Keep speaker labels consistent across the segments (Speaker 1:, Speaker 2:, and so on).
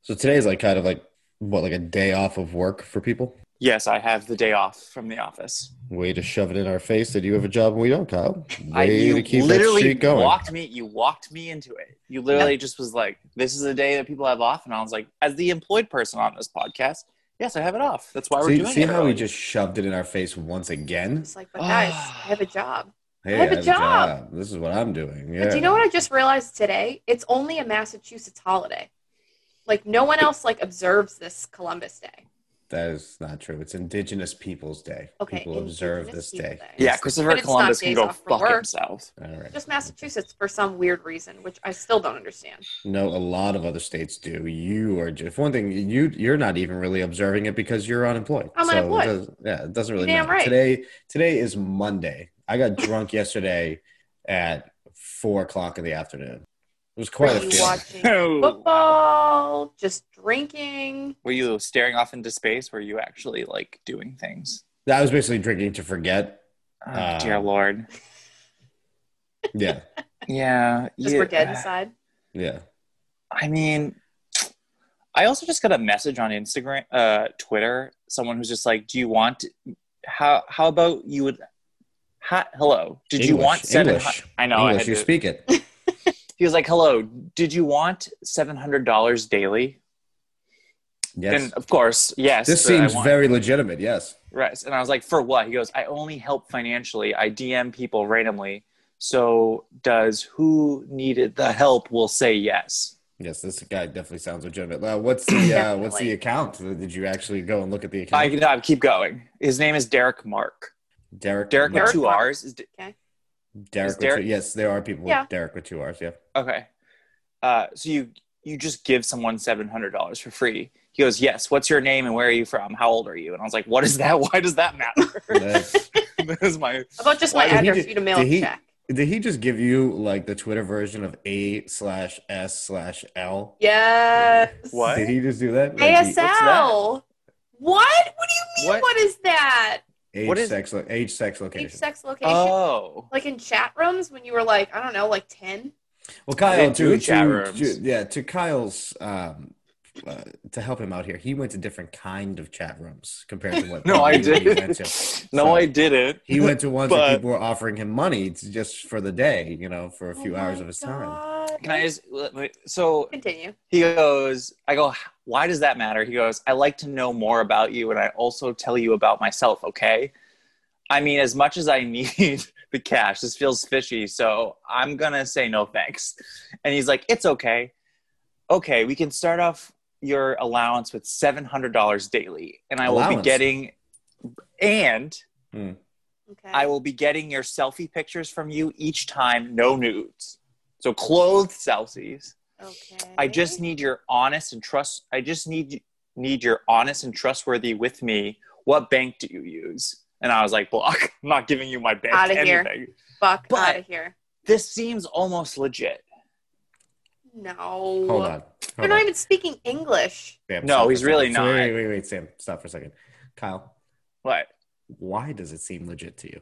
Speaker 1: So today's like kind of like what, like a day off of work for people?
Speaker 2: Yes, I have the day off from the office.
Speaker 1: Way to shove it in our face that you have a job and we don't, Kyle. Way
Speaker 2: I, you
Speaker 1: to keep that
Speaker 2: literally
Speaker 1: streak going.
Speaker 2: walked me. You walked me into it. You literally just was like, "This is a day that people have off," and I was like, "As the employed person on this podcast, yes, I have it off. That's why we're
Speaker 1: see
Speaker 2: doing
Speaker 1: see
Speaker 2: it."
Speaker 1: how
Speaker 2: early.
Speaker 1: we just shoved it in our face once again?
Speaker 3: It's like, but guys, I
Speaker 2: Ah.
Speaker 3: have a job.
Speaker 1: Hey,
Speaker 3: have a job.
Speaker 1: This is what I'm doing. Yeah.
Speaker 3: But do you know what I just realized today? It's only a Massachusetts holiday. Like no one else like observes this Columbus Day.
Speaker 1: That is not true. It's Indigenous Peoples Day.
Speaker 3: Okay,
Speaker 1: People observe this
Speaker 3: Indigenous People
Speaker 1: day.
Speaker 3: Day.
Speaker 2: yeah, Christopher
Speaker 3: But it's not
Speaker 2: Columbus can
Speaker 3: days
Speaker 2: go
Speaker 3: off from
Speaker 2: fuck
Speaker 3: work.
Speaker 2: himself.
Speaker 1: All right.
Speaker 3: Just Massachusetts for some weird reason, which I still don't understand.
Speaker 1: No, a lot of other states do. You are just one thing. You you're not even really observing it because you're unemployed.
Speaker 3: I'm
Speaker 1: it
Speaker 3: unemployed.
Speaker 1: does- yeah, it doesn't really
Speaker 3: You're damn
Speaker 1: matter.
Speaker 3: right.
Speaker 1: Today today is Monday. I got drunk yesterday at four o'clock in the afternoon. It was quite a
Speaker 3: Were you
Speaker 1: feeling.
Speaker 3: watching football? Just drinking?
Speaker 2: Were you staring off into space? Were you actually like doing things?
Speaker 1: I was basically drinking to forget.
Speaker 2: Oh,
Speaker 1: Uh,
Speaker 2: dear lord.
Speaker 1: Yeah,
Speaker 2: Yeah.
Speaker 3: Just
Speaker 2: yeah.
Speaker 3: were dead inside?
Speaker 1: yeah.
Speaker 2: I mean, I also just got a message on Instagram, uh, Twitter. Someone who's just like, "Do you want how? How about you would? Ha, hello. Did you
Speaker 1: English,
Speaker 2: want seven?
Speaker 1: English.
Speaker 2: I know. I
Speaker 1: English,
Speaker 2: had
Speaker 1: you
Speaker 2: to-
Speaker 1: speak it.
Speaker 2: he was like, "Hello. Did you want seven hundred dollars daily?"
Speaker 1: Yes.
Speaker 2: And of course, yes.
Speaker 1: this
Speaker 2: that I
Speaker 1: seems
Speaker 2: want.
Speaker 1: very legitimate. Yes.
Speaker 2: right. And I was like, "For what?" He goes, "I only help financially. I DM people randomly. So does who needed the help will say yes."
Speaker 1: Yes, this guy definitely sounds legitimate. Uh, what's the uh, what's the
Speaker 3: Definitely.
Speaker 1: account? Did you actually go and look at the account?
Speaker 2: I can I keep going. His name is Derek Mark.
Speaker 1: Derek.
Speaker 2: Derek with
Speaker 3: Derek
Speaker 2: two
Speaker 3: Mark.
Speaker 2: R's is
Speaker 1: Derek,
Speaker 2: Is Derek-
Speaker 1: with two, yes, there are people
Speaker 3: Yeah.
Speaker 1: with Derek with two R's. Yeah,
Speaker 2: okay uh, so you you just give someone $700 for free he goes yes what's your name and where are you from how old are you and i was like what is that why does that matter
Speaker 1: That's-
Speaker 2: this is my
Speaker 3: How about just
Speaker 2: Why
Speaker 3: my
Speaker 2: did
Speaker 1: he
Speaker 3: address
Speaker 1: do-
Speaker 3: for you to mail
Speaker 1: did
Speaker 3: a
Speaker 1: he-
Speaker 3: check?
Speaker 1: did he just give you like the Twitter version of A slash S slash L?
Speaker 3: Yes.
Speaker 2: What?
Speaker 1: Did he just do that? Like, he-
Speaker 3: ASL. What? What do you mean?
Speaker 2: What?
Speaker 3: what is that?
Speaker 1: Age,
Speaker 2: What is-
Speaker 1: sex, lo- age, sex, location.
Speaker 3: Age, sex, location.
Speaker 2: oh
Speaker 3: like in chat rooms when you were like, I don't know, like 10?
Speaker 1: Well,
Speaker 2: I
Speaker 1: Kyle,
Speaker 2: didn't do
Speaker 1: to,
Speaker 2: chat
Speaker 1: to,
Speaker 2: rooms.
Speaker 1: to- yeah, to Kyle's um, uh, to help him out here, he went to different kind of chat rooms compared to what
Speaker 2: no i
Speaker 1: we went
Speaker 2: didn't
Speaker 1: to.
Speaker 2: no
Speaker 1: So-
Speaker 2: i didn't
Speaker 1: He went to ones where
Speaker 2: But-
Speaker 1: people were offering him money to, just for the day, you know, for a
Speaker 2: Oh
Speaker 1: few hours of his time.
Speaker 2: can i just let me- so
Speaker 3: continue?
Speaker 2: he goes i go why does that matter he goes i like to know more about you and i also tell you about myself okay i mean as much as i need the cash this feels fishy so i'm gonna say no thanks and he's like it's okay okay we can start off your allowance with $700 daily and i will be
Speaker 1: Allowance.
Speaker 2: getting and
Speaker 3: Okay.
Speaker 2: i will be getting your selfie pictures from you each time no nudes so clothed selfies
Speaker 3: okay.
Speaker 2: I just need your honest and trust. I just need need your honest and trustworthy with me. What bank do you use? And I was like, block. I'm not giving you my bank
Speaker 3: Outta here.
Speaker 2: anything.
Speaker 3: fuck
Speaker 2: but-
Speaker 3: out of here.
Speaker 2: This seems almost legit.
Speaker 3: No.
Speaker 1: Hold on.
Speaker 3: You're
Speaker 1: Hold
Speaker 3: not
Speaker 1: on.
Speaker 3: even speaking English.
Speaker 1: Sam,
Speaker 2: No,
Speaker 1: stop
Speaker 2: he's
Speaker 1: for a
Speaker 2: really
Speaker 1: second. So
Speaker 2: not.
Speaker 1: Wait, wait, wait, Sam, stop for a second. Kyle,
Speaker 2: But
Speaker 1: why does it seem legit to you?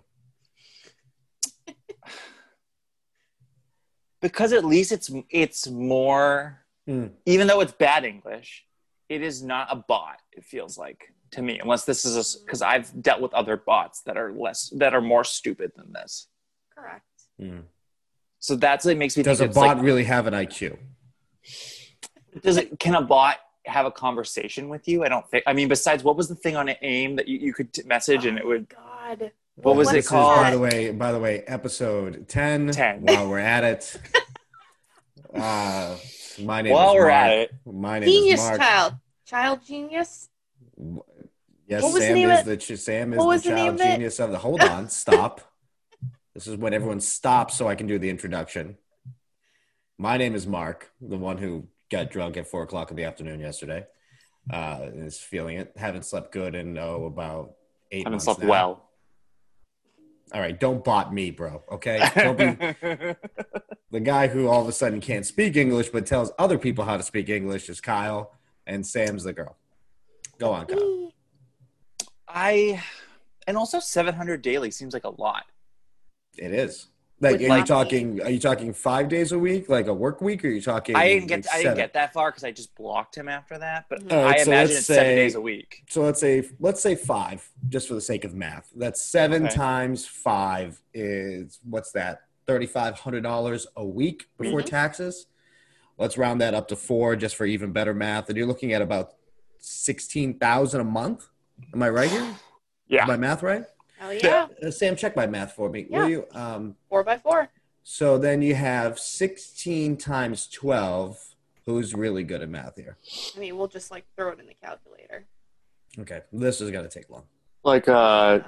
Speaker 2: because at least it's it's more,
Speaker 1: Mm.
Speaker 2: even though it's bad English, it is not a bot. It feels like to me, unless this is because I've dealt with other bots that are less that are more stupid than this.
Speaker 3: Correct.
Speaker 2: Hmm.
Speaker 1: Mm.
Speaker 2: So that's what makes me
Speaker 1: Does a
Speaker 2: think it's like-
Speaker 1: bot really have an IQ?
Speaker 2: does it can a bot have a conversation with you i don't think i mean besides what was the thing on aim that you, you could t- message and it would
Speaker 3: Oh God.
Speaker 2: What was it
Speaker 1: This is, by
Speaker 2: called?
Speaker 1: the way, by the way, episode 10.
Speaker 2: 10.
Speaker 1: While we're at it. Uh, my name
Speaker 2: while
Speaker 1: is
Speaker 2: we're
Speaker 1: Mark.
Speaker 2: at it
Speaker 1: My name
Speaker 3: Genius
Speaker 1: is Mark.
Speaker 3: child. Child genius?
Speaker 1: Yes,
Speaker 3: What was the
Speaker 1: Sam
Speaker 3: name
Speaker 1: is
Speaker 3: of-
Speaker 1: the ch- Sam
Speaker 3: what
Speaker 1: is
Speaker 3: was
Speaker 1: the
Speaker 3: the name
Speaker 1: child
Speaker 3: of it?
Speaker 1: genius of the. Hold on, stop. this is when everyone stops, so I can do the introduction. My name is Mark, the one who got drunk at four o'clock in the afternoon yesterday. Uh, and is feeling it. Haven't slept good in oh about eight.
Speaker 2: haven't
Speaker 1: months
Speaker 2: slept
Speaker 1: now.
Speaker 2: well
Speaker 1: All right, don't bot me, bro. Okay, don't be the guy who all of a sudden can't speak English but tells other people how to speak English is Kyle, and Sam's the girl. Go on, Kyle.
Speaker 3: Eee.
Speaker 2: i and also 700 daily seems like a lot
Speaker 1: It is. Like,
Speaker 3: would
Speaker 1: are
Speaker 3: not
Speaker 1: you
Speaker 3: be-
Speaker 1: talking? Are you talking five days a week, like a work week, or are you talking?
Speaker 2: I didn't
Speaker 1: like,
Speaker 2: get I didn't
Speaker 1: seven?
Speaker 2: get that far because I just blocked him after that. But
Speaker 3: Mhm.
Speaker 1: All
Speaker 2: I
Speaker 1: right, so
Speaker 2: imagine
Speaker 1: let's
Speaker 2: it's seven
Speaker 1: say-
Speaker 2: days a week.
Speaker 1: So let's say let's say five, just for the sake of math. That's seven
Speaker 2: Okay.
Speaker 1: times five is what's that? Thirty five hundred dollars a week before
Speaker 2: Mm-hmm.
Speaker 3: Mhm.
Speaker 1: taxes. Let's round that up to four, just for even better math. And you're looking at about sixteen thousand a month. Am I right here?
Speaker 2: Yeah.
Speaker 1: Is my math right?
Speaker 3: Hell yeah.
Speaker 1: Uh, Sam, check my math for me,
Speaker 3: Yeah.
Speaker 1: will you? Um,
Speaker 3: Four by four.
Speaker 1: so then you have sixteen times twelve. Who's really good at math here?
Speaker 3: I mean, we'll just like throw it in the calculator.
Speaker 1: Okay, this is gonna take long.
Speaker 2: Like uh,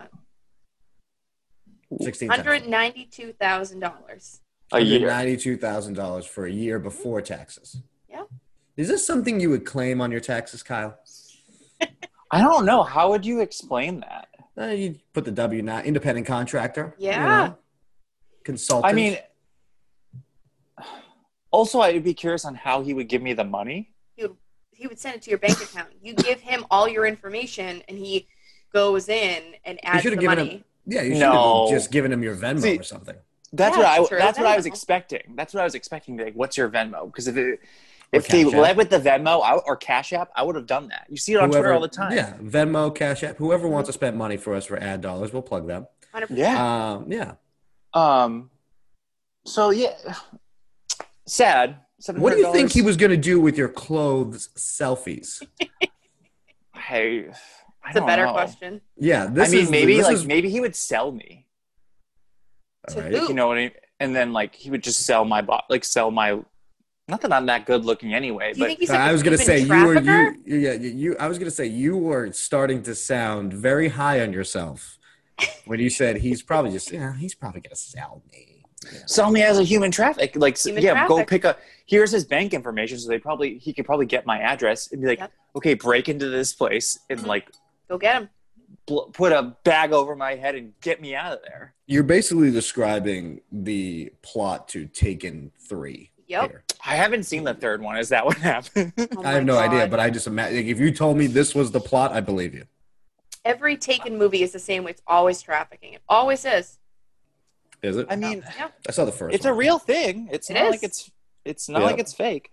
Speaker 1: Sixteen. times
Speaker 3: Hundred ninety-two thousand dollars.
Speaker 2: a year.
Speaker 1: Ninety-two thousand dollars for a year before taxes.
Speaker 3: Yeah.
Speaker 1: Is this something you would claim on your taxes, Kyle?
Speaker 2: I don't know. How would you explain that?
Speaker 1: Uh, you put the W nine independent contractor. you
Speaker 3: Yeah.
Speaker 1: know, consultant.
Speaker 2: I mean, also I would be curious on how he would give me the money.
Speaker 3: He would he would send it to your bank account. You give him all your information, and he goes in and adds the
Speaker 1: should've given him-
Speaker 3: money.
Speaker 1: yeah, you should
Speaker 2: No.
Speaker 1: have just given him your Venmo
Speaker 2: See-
Speaker 1: or something.
Speaker 2: That's
Speaker 3: Yeah,
Speaker 2: what I.
Speaker 3: true.
Speaker 2: That's what I was
Speaker 3: Venmo.
Speaker 2: expecting. That's what I was expecting. Like, what's your Venmo? Because if it, if
Speaker 1: Cash
Speaker 2: they
Speaker 1: App.
Speaker 2: led with the Venmo I, or Cash App, I would have done that. You see it on Twitter all the time.
Speaker 1: Yeah, Venmo, Cash App, whoever wants to spend money for us for ad dollars, we'll plug them.
Speaker 3: 100%.
Speaker 2: Yeah.
Speaker 1: Um, yeah.
Speaker 2: Um. So yeah, sad.
Speaker 1: What do you think
Speaker 2: $700.
Speaker 1: he was going to do with your clothes selfies?
Speaker 2: Hey, I
Speaker 3: It's a
Speaker 2: don't
Speaker 3: better
Speaker 2: know.
Speaker 3: question.
Speaker 1: Yeah, this
Speaker 2: I mean,
Speaker 1: is
Speaker 2: maybe
Speaker 1: this
Speaker 2: like
Speaker 1: is-
Speaker 2: maybe he would sell me.
Speaker 1: all
Speaker 3: To
Speaker 1: right.
Speaker 3: who?
Speaker 2: You know what I mean? And then like he would just sell my bot, like sell my. Not that I'm that good looking anyway,
Speaker 3: Do you
Speaker 2: but
Speaker 3: think he's like
Speaker 1: I
Speaker 3: a
Speaker 1: was gonna say
Speaker 3: human
Speaker 1: you were
Speaker 3: trafficker?
Speaker 1: you yeah you, you I was gonna say you were starting to sound very high on yourself when you said he's probably just yeah he's probably gonna sell me.
Speaker 2: sell me as a human traffic. Like s-
Speaker 3: Human
Speaker 2: yeah, go
Speaker 3: traffic.
Speaker 2: pick up. Here's his bank information, so they probably he could probably get my address and be like,
Speaker 3: Yep.
Speaker 2: okay, break into this place and
Speaker 3: Mhm.
Speaker 2: like
Speaker 3: Go get him.
Speaker 2: bl- put a bag over my head and get me out of there.
Speaker 1: You're basically describing the plot to Taken Three.
Speaker 3: Yep.
Speaker 1: here.
Speaker 2: I haven't seen the third one. Is that what happened?
Speaker 3: Oh
Speaker 1: I have
Speaker 3: my
Speaker 1: no idea,
Speaker 3: God.
Speaker 1: but I just imagine like, if you told me this was the plot, I believe you.
Speaker 3: every Taken movie is the same way. It's always trafficking. It always is.
Speaker 1: Is it?
Speaker 2: I mean,
Speaker 3: Yeah.
Speaker 1: I saw the first.
Speaker 2: it's a
Speaker 1: one.
Speaker 2: real thing. It's
Speaker 3: It
Speaker 2: not
Speaker 3: is.
Speaker 2: like it's it's not
Speaker 1: Yeah.
Speaker 2: like it's fake.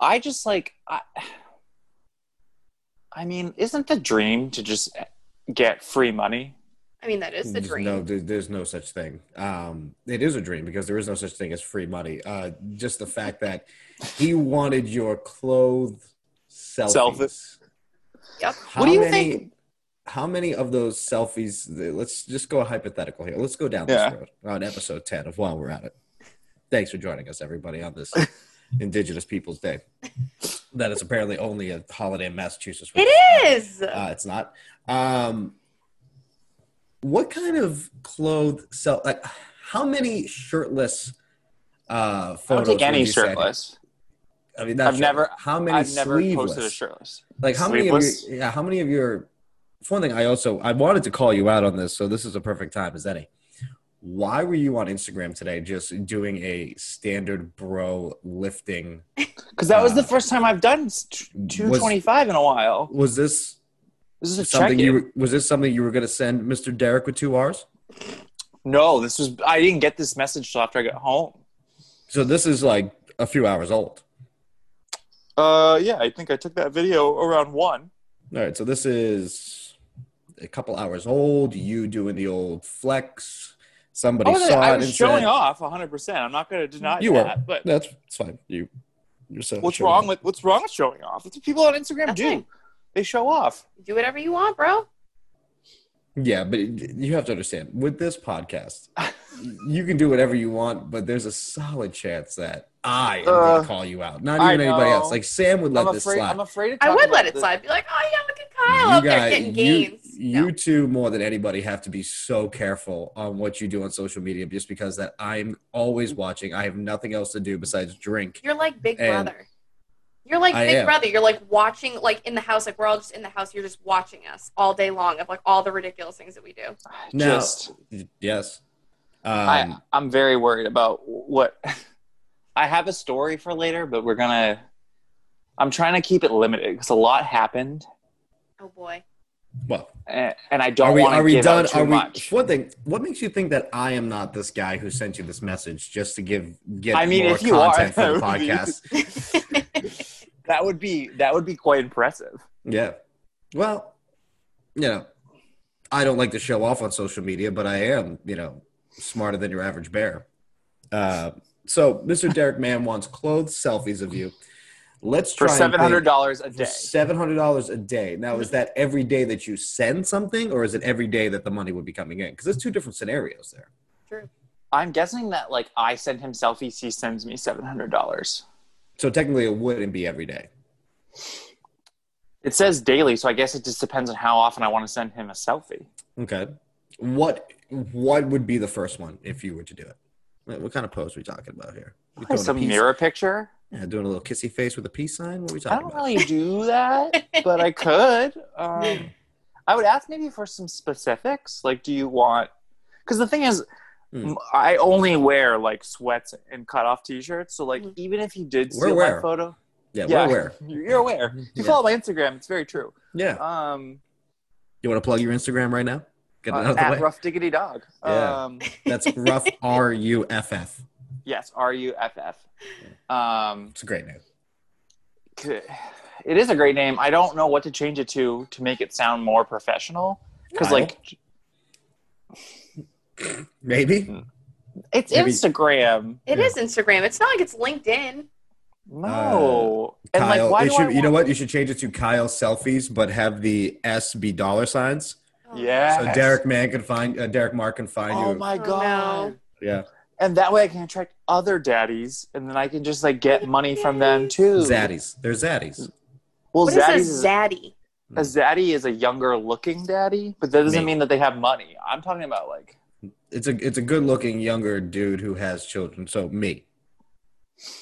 Speaker 2: I just like I I mean, isn't the dream to just get free money?
Speaker 3: I mean, that is the
Speaker 1: There's
Speaker 3: dream.
Speaker 1: No, there- there's no such thing. Um, it is a dream because there is no such thing as free money. Uh, just the fact that he wanted your clothes selfies.
Speaker 2: Selfies.
Speaker 3: Yep.
Speaker 1: How
Speaker 2: what do you
Speaker 1: many-
Speaker 2: think?
Speaker 1: How many of those selfies? Let's just go hypothetical here. Let's go down
Speaker 2: Yeah.
Speaker 1: this road on episode ten of while we're at it. Thanks for joining us, everybody, on this Indigenous Peoples Day. That is apparently only a holiday in Massachusetts.
Speaker 3: It is.
Speaker 1: Uh, it's not. Um, what kind of clothes sell? Like, how many shirtless uh,
Speaker 2: I
Speaker 1: photos?
Speaker 2: don't take
Speaker 1: would
Speaker 2: any
Speaker 1: you say-
Speaker 2: shirtless.
Speaker 1: I mean, not
Speaker 2: I've never-
Speaker 1: How many
Speaker 2: I've never
Speaker 1: sleeveless?
Speaker 2: posted a shirtless.
Speaker 1: Like, how
Speaker 2: Sleeveless?
Speaker 1: many of your? Yeah, how many of your? It's one thing I also I wanted to call you out on this, so this is a perfect time. Is any? Why were you on Instagram today? Just doing a standard bro lifting.
Speaker 2: Because that was the
Speaker 1: Uh,
Speaker 2: first time I've done s- t- 225 in a while.
Speaker 1: Was this
Speaker 2: This is a check
Speaker 1: something you were, was this something you were going to send Mr. Derek with two R's?
Speaker 2: No, this was I didn't get this message till after I got home.
Speaker 1: So this is like a few hours old.
Speaker 2: Uh yeah, I think I took that video around 1.
Speaker 1: All right, so this is a couple hours old. You doing the old flex? Somebody
Speaker 2: I was,
Speaker 1: saw
Speaker 2: Oh, I
Speaker 1: it
Speaker 2: was
Speaker 1: and
Speaker 2: showing
Speaker 1: said,
Speaker 2: off 100%. I'm not going to deny
Speaker 1: You
Speaker 2: that,
Speaker 1: were.
Speaker 2: but
Speaker 1: "That's it's fine." You, you're so
Speaker 2: what's
Speaker 1: showing
Speaker 2: wrong
Speaker 1: off.
Speaker 2: with what's wrong with showing off? It's what people on Instagram
Speaker 3: Nothing.
Speaker 2: do. They show off.
Speaker 3: Do whatever you want, bro.
Speaker 1: Yeah, but you have to understand with this podcast, you can do whatever you want, but there's a solid chance that I am going
Speaker 2: Uh,
Speaker 1: to call you out. Not
Speaker 2: I
Speaker 1: even anybody
Speaker 2: know.
Speaker 1: else. Like Sam would let
Speaker 2: I'm
Speaker 1: this
Speaker 2: afraid.
Speaker 1: slide.
Speaker 2: I'm afraid. To
Speaker 3: I
Speaker 2: talk
Speaker 3: would
Speaker 2: about
Speaker 3: let it
Speaker 2: the-
Speaker 3: slide. Be like, oh yeah, look at Kyle up there getting gains.
Speaker 1: You, you two more than anybody have to be so careful on what you do on social media just because that I'm always watching. I have nothing else to do besides drink.
Speaker 3: are like Big
Speaker 1: And-
Speaker 3: Brother. You're like
Speaker 1: I
Speaker 3: Big
Speaker 1: am.
Speaker 3: Brother. You're like watching, like in the house, like we're all just in the house. You're just watching us all day long of like all the ridiculous things that we do.
Speaker 1: Now-
Speaker 2: Just,
Speaker 1: Yes. Um,
Speaker 2: I, I'm very worried about what. I have a story for later, but we're gonna. I'm trying to keep it limited because a lot happened,
Speaker 3: Oh boy.
Speaker 1: Well,
Speaker 2: and, and I
Speaker 1: are
Speaker 2: don't
Speaker 1: we
Speaker 2: want
Speaker 1: are
Speaker 2: to
Speaker 1: we
Speaker 2: give
Speaker 1: done?
Speaker 2: out too
Speaker 1: Are we
Speaker 2: much.
Speaker 1: one thing? What makes you think that I am not this guy who sent you this message just to give get
Speaker 2: I mean,
Speaker 1: more
Speaker 2: if you are,
Speaker 1: content
Speaker 2: that
Speaker 1: for the
Speaker 2: would be-
Speaker 1: podcast?
Speaker 2: That would be that would be quite impressive.
Speaker 1: Yeah. Well, you know, I don't like to show off on social media, but I am, you know, smarter than your average bear. Uh, so, Mr. Derek Mann wants clothed selfies of you. Let's try
Speaker 2: For
Speaker 1: and think-
Speaker 2: seven hundred dollars a
Speaker 1: for
Speaker 2: day.
Speaker 1: seven hundred dollars a day. Now, is that every day that you send something, or is it every day that the money would be coming in? Because there's two different scenarios there.
Speaker 2: I'm guessing that like I send him selfies, he sends me seven hundred dollars.
Speaker 1: So technically, it wouldn't be every day.
Speaker 2: It says daily, so I guess it just depends on how often I want to send him a selfie.
Speaker 1: Okay. What What would be the first one if you were to do it? What what kind of pose are we talking about here? We
Speaker 2: Like
Speaker 1: throwing a
Speaker 2: some
Speaker 1: peace-
Speaker 2: mirror picture.
Speaker 1: Yeah, doing a little kissy face with a peace sign. What are we
Speaker 2: I
Speaker 1: talking
Speaker 2: don't
Speaker 1: about?
Speaker 2: really do that, but I could. Um, I would ask maybe for some specifics. Like, do you want? Because the thing is,
Speaker 1: Hmm.
Speaker 2: m I I only wear like sweats and cut off t-shirts. So like,
Speaker 3: Mhm.
Speaker 2: even if you did
Speaker 1: Hmm. We're
Speaker 2: steal
Speaker 1: aware.
Speaker 2: my photo,
Speaker 1: yeah, we're
Speaker 2: yeah.
Speaker 1: aware.
Speaker 2: you're aware. If you
Speaker 1: Yeah.
Speaker 2: follow my Instagram, it's very true.
Speaker 1: Yeah.
Speaker 2: Um,
Speaker 1: You want to plug your Instagram right now? Get it out
Speaker 2: uh,
Speaker 1: of the
Speaker 2: at
Speaker 1: way.
Speaker 2: rough diggity dog.
Speaker 1: Yeah.
Speaker 2: Um,
Speaker 1: That's rough. R U F F.
Speaker 2: yes, R U F F. Um,
Speaker 1: It's a great name.
Speaker 2: c- it is a great name. I don't know what to change it to to make it sound more professional. Because
Speaker 1: Kyle?
Speaker 2: like
Speaker 1: Maybe.
Speaker 2: it's
Speaker 1: Maybe- Uh,
Speaker 2: Instagram.
Speaker 3: It
Speaker 1: Yeah.
Speaker 3: is Instagram. It's not like it's LinkedIn.
Speaker 2: No. and
Speaker 1: Kyle,
Speaker 2: like, why
Speaker 1: it
Speaker 2: do
Speaker 1: should,
Speaker 2: I
Speaker 1: you know
Speaker 2: want-
Speaker 1: what? You should change it to Kyle selfies, but have the S be dollar signs.
Speaker 3: Oh.
Speaker 2: Yeah.
Speaker 1: So Derek Mann can find uh, Derek Mark can find
Speaker 2: Oh
Speaker 1: you.
Speaker 2: my
Speaker 3: Oh,
Speaker 2: god.
Speaker 3: no.
Speaker 1: yeah,
Speaker 2: And that way I can attract other daddies, and then I can just like get money from them too.
Speaker 1: zaddies. They're zaddies.
Speaker 2: Well,
Speaker 3: What is
Speaker 2: zaddies
Speaker 3: a zaddy?
Speaker 2: a zaddy is a younger looking daddy, but that doesn't
Speaker 1: Me.
Speaker 2: mean that they have money. I'm talking about like
Speaker 1: It's a it's a good looking younger dude who has children. So me.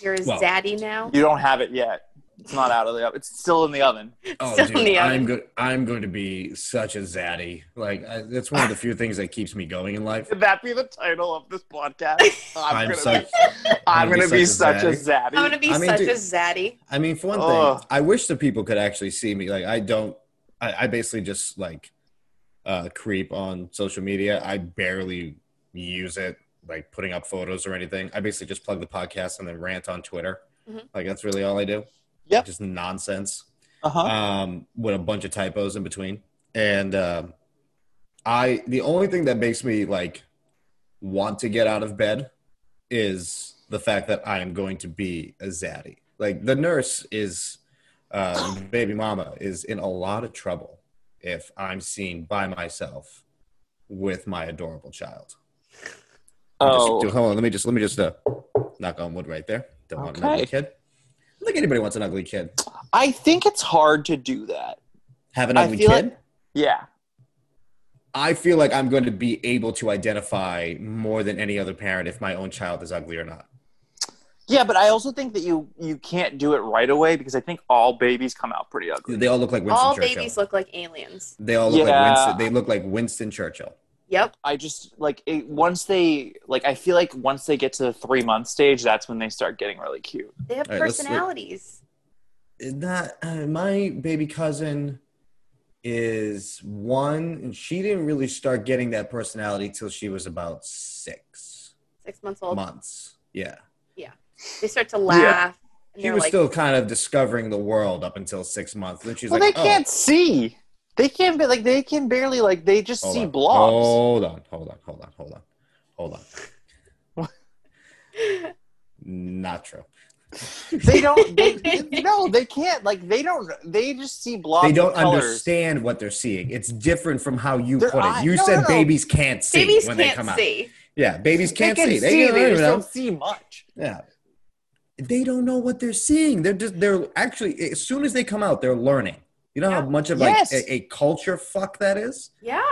Speaker 3: You're a
Speaker 1: Well,
Speaker 3: zaddy now.
Speaker 2: you don't have it yet. It's not out of the oven. It's still in the oven.
Speaker 1: Oh,
Speaker 3: Still in
Speaker 1: dude,
Speaker 3: the
Speaker 1: I'm
Speaker 3: oven.
Speaker 1: good. I'm going to be such a zaddy. Like I, that's one of the few things that keeps me going in life.
Speaker 2: Could that be the title of this podcast?
Speaker 1: I'm
Speaker 2: gonna
Speaker 1: such.
Speaker 2: be, I'm gonna be such a
Speaker 3: I'm
Speaker 2: zaddy.
Speaker 3: gonna be
Speaker 1: I mean,
Speaker 3: such
Speaker 1: dude-
Speaker 3: a zaddy.
Speaker 1: I mean, for one
Speaker 2: Ugh.
Speaker 1: thing, I wish the people could actually see me. Like I don't. I, I basically just like uh, creep on social media. I barely use it, like putting up photos or anything. I basically just plug the podcast and then rant on Twitter.
Speaker 3: Mhm.
Speaker 1: Like that's really all I do.
Speaker 2: Yep.
Speaker 1: Just nonsense
Speaker 2: uh-huh.
Speaker 1: um, with a bunch of typos in between. And um I, the only thing that makes me like want to get out of bed is the fact that I am going to be a zaddy. Like the nurse is, uh, baby mama is in a lot of trouble if I'm seen by myself with my adorable child. Let me just
Speaker 2: oh,
Speaker 1: do- hold on. Let me just let me just uh, knock on wood right there. Don't want an
Speaker 2: Okay.
Speaker 1: ugly kid. I don't think anybody wants an ugly kid.
Speaker 2: I think it's hard to do that.
Speaker 1: Have an
Speaker 2: I
Speaker 1: ugly
Speaker 2: feel
Speaker 1: kid.
Speaker 2: like- Yeah.
Speaker 1: I feel like I'm going to be able to identify more than any other parent if my own child is ugly or not.
Speaker 2: Yeah, but I also think that you you can't do it right away because I think all babies come out pretty ugly.
Speaker 1: They all look like Winston
Speaker 3: All
Speaker 1: Churchill.
Speaker 3: babies look like aliens.
Speaker 1: they all look
Speaker 2: Yeah.
Speaker 1: like Winston. They look like Winston Churchill.
Speaker 3: Yep.
Speaker 2: I just like it, once they like I feel like once they get to the 3 month stage that's when they start getting really cute.
Speaker 3: They have
Speaker 1: All right, let's-
Speaker 3: personalities.
Speaker 1: Not uh, my baby cousin is one, and she didn't really start getting that personality till she was about six
Speaker 3: Six months old.
Speaker 1: months. Yeah,
Speaker 3: They start to laugh. And
Speaker 1: she
Speaker 3: they're
Speaker 1: was
Speaker 3: like,
Speaker 1: still kind of discovering the world up until six months. Then she's
Speaker 2: well,
Speaker 1: like,
Speaker 2: they
Speaker 1: oh,
Speaker 2: can't see. They can't be like they can barely like they just
Speaker 1: Hold
Speaker 2: see
Speaker 1: on.
Speaker 2: blobs.
Speaker 1: Hold on, hold on, hold on, hold on, hold on. Not true. Oh.
Speaker 2: They don't they, no, they can't like they don't they just see blobs.
Speaker 1: They don't
Speaker 2: of colors.
Speaker 1: understand what they're seeing. It's different from how you
Speaker 2: Their
Speaker 1: put it.
Speaker 2: eye-
Speaker 1: You
Speaker 2: No,
Speaker 1: said
Speaker 2: no, no.
Speaker 1: babies can't see
Speaker 3: babies
Speaker 1: when they come
Speaker 3: can't
Speaker 1: out.
Speaker 3: see.
Speaker 1: Yeah, babies can't
Speaker 2: they can
Speaker 1: see.
Speaker 2: see.
Speaker 1: They,
Speaker 2: They,
Speaker 1: don't- they
Speaker 2: just
Speaker 1: don't
Speaker 2: don't
Speaker 1: know.
Speaker 2: see much.
Speaker 1: Yeah. They don't know what they're seeing. They're just they're actually as soon as they come out, they're learning. You know how
Speaker 3: Yeah.
Speaker 1: much of like
Speaker 2: Yes.
Speaker 1: a, a culture fuck that is?
Speaker 3: Yeah.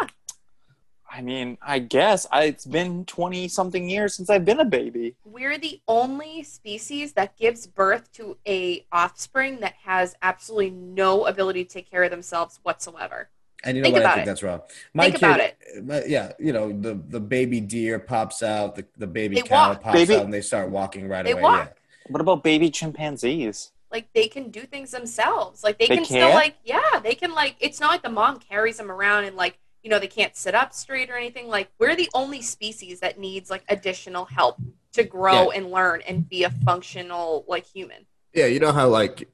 Speaker 2: I mean, I guess I, it's been 20 something years since I've been a baby.
Speaker 3: We're the only species that gives birth to a offspring that has absolutely no ability to take care of themselves whatsoever.
Speaker 1: And you know
Speaker 3: Think
Speaker 1: what? I
Speaker 3: about
Speaker 1: think
Speaker 3: it.
Speaker 1: that's wrong.
Speaker 3: Think about it.
Speaker 1: my- uh, yeah, you know, the the baby deer pops out, the, the baby
Speaker 3: They
Speaker 1: cow
Speaker 3: walk.
Speaker 1: pops
Speaker 2: Baby-
Speaker 1: out, and they start walking right
Speaker 3: They
Speaker 1: away.
Speaker 3: walk.
Speaker 1: Yeah.
Speaker 2: What about baby chimpanzees?
Speaker 3: like they can do things themselves. Like they,
Speaker 2: They can?
Speaker 3: can, still like yeah, they can like it's not like the mom carries them around and like you know they can't sit up straight or anything. Like we're the only species that needs like additional help to grow and learn and be a functional like human.
Speaker 1: Yeah, you know how like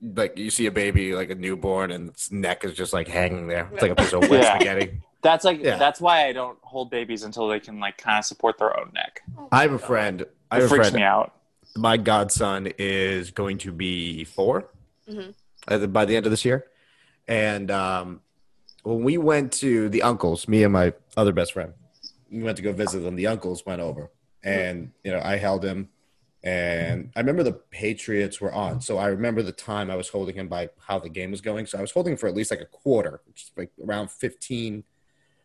Speaker 1: like you see a baby like a newborn and its neck is just like hanging there. It's like a piece of wet
Speaker 2: Yeah.
Speaker 1: spaghetti.
Speaker 2: That's like
Speaker 1: Yeah.
Speaker 2: that's why I don't hold babies until they can like kind of support their own neck.
Speaker 3: Oh my
Speaker 1: I have a
Speaker 3: God.
Speaker 1: friend. I
Speaker 2: It
Speaker 1: have a
Speaker 2: freaks
Speaker 1: friend.
Speaker 2: me out.
Speaker 1: My godson is going to be 4
Speaker 3: Mhm.
Speaker 1: at the- by the end of this year, and um, when we went to the uncles, me and my other best friend, we went to go visit them. The uncles went over, and you know I held him, and I remember the Patriots were on, so I remember the time I was holding him by how the game was going. So I was holding him for at least like a quarter, which is like around 15,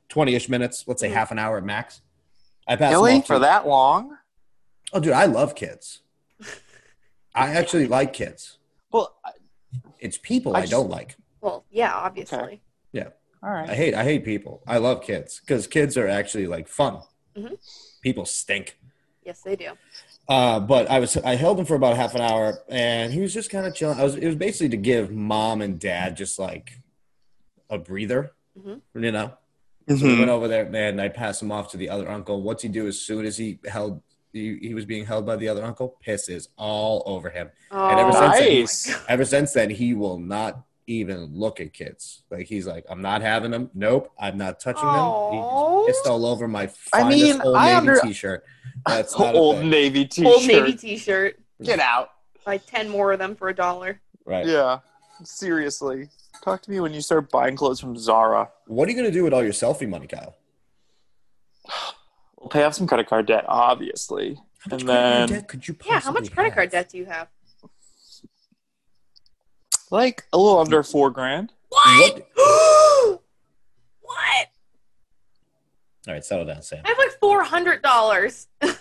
Speaker 1: 20 ish minutes, let's say
Speaker 3: Mhm.
Speaker 1: half an hour max. I passed him
Speaker 2: Really?
Speaker 1: off to-
Speaker 2: For that long?
Speaker 1: Oh, dude, I love kids. I actually like kids.
Speaker 2: Well,
Speaker 1: It's people
Speaker 2: I
Speaker 1: I,
Speaker 2: just-
Speaker 1: don't like.
Speaker 3: Well, yeah, obviously.
Speaker 2: Okay. all
Speaker 1: I
Speaker 2: right.
Speaker 1: hate. I hate people. I love kids because kids are actually like fun.
Speaker 3: Mhm.
Speaker 1: People stink.
Speaker 3: Yes, they do.
Speaker 1: Uh, but I was. I held him for about half an hour, and he was just kind of chilling. I was. It was basically to give mom and dad just like a breather.
Speaker 3: Mhm.
Speaker 1: You know. So
Speaker 2: Mm-hmm.
Speaker 1: we went over there, man. I passed him off to the other uncle. What's he do as soon as he held? He, he was being held by the other uncle. Pisses all over him.
Speaker 3: Oh,
Speaker 1: ever since then-
Speaker 2: Nice.
Speaker 1: ever since then he will not even look at kids like he's like i'm not having them nope i'm not touching them
Speaker 3: Aw.
Speaker 1: he just pissed all over my
Speaker 2: I
Speaker 1: finest
Speaker 2: mean,
Speaker 1: old
Speaker 2: I
Speaker 1: navy
Speaker 2: under-
Speaker 1: t-shirt that's not a
Speaker 2: Old
Speaker 1: thing.
Speaker 2: Navy t-shirt.
Speaker 3: Old Navy T-shirt.
Speaker 2: Get out.
Speaker 3: Buy ten more of them for a dollar.
Speaker 1: right
Speaker 2: Yeah. Seriously. Talk to me when you start buying clothes from Zara.
Speaker 1: what are you going to do with all your selfie money kyle
Speaker 2: We'll pay off some credit card debt, obviously.
Speaker 1: how much
Speaker 2: And
Speaker 1: credit card
Speaker 2: then-
Speaker 1: debt could you possibly
Speaker 3: Yeah, how much credit
Speaker 1: have?
Speaker 3: card debt do you have?
Speaker 2: Like a little under four grand.
Speaker 1: What?
Speaker 3: what?
Speaker 1: all right settle down sam
Speaker 3: I have like four hundred dollars. That's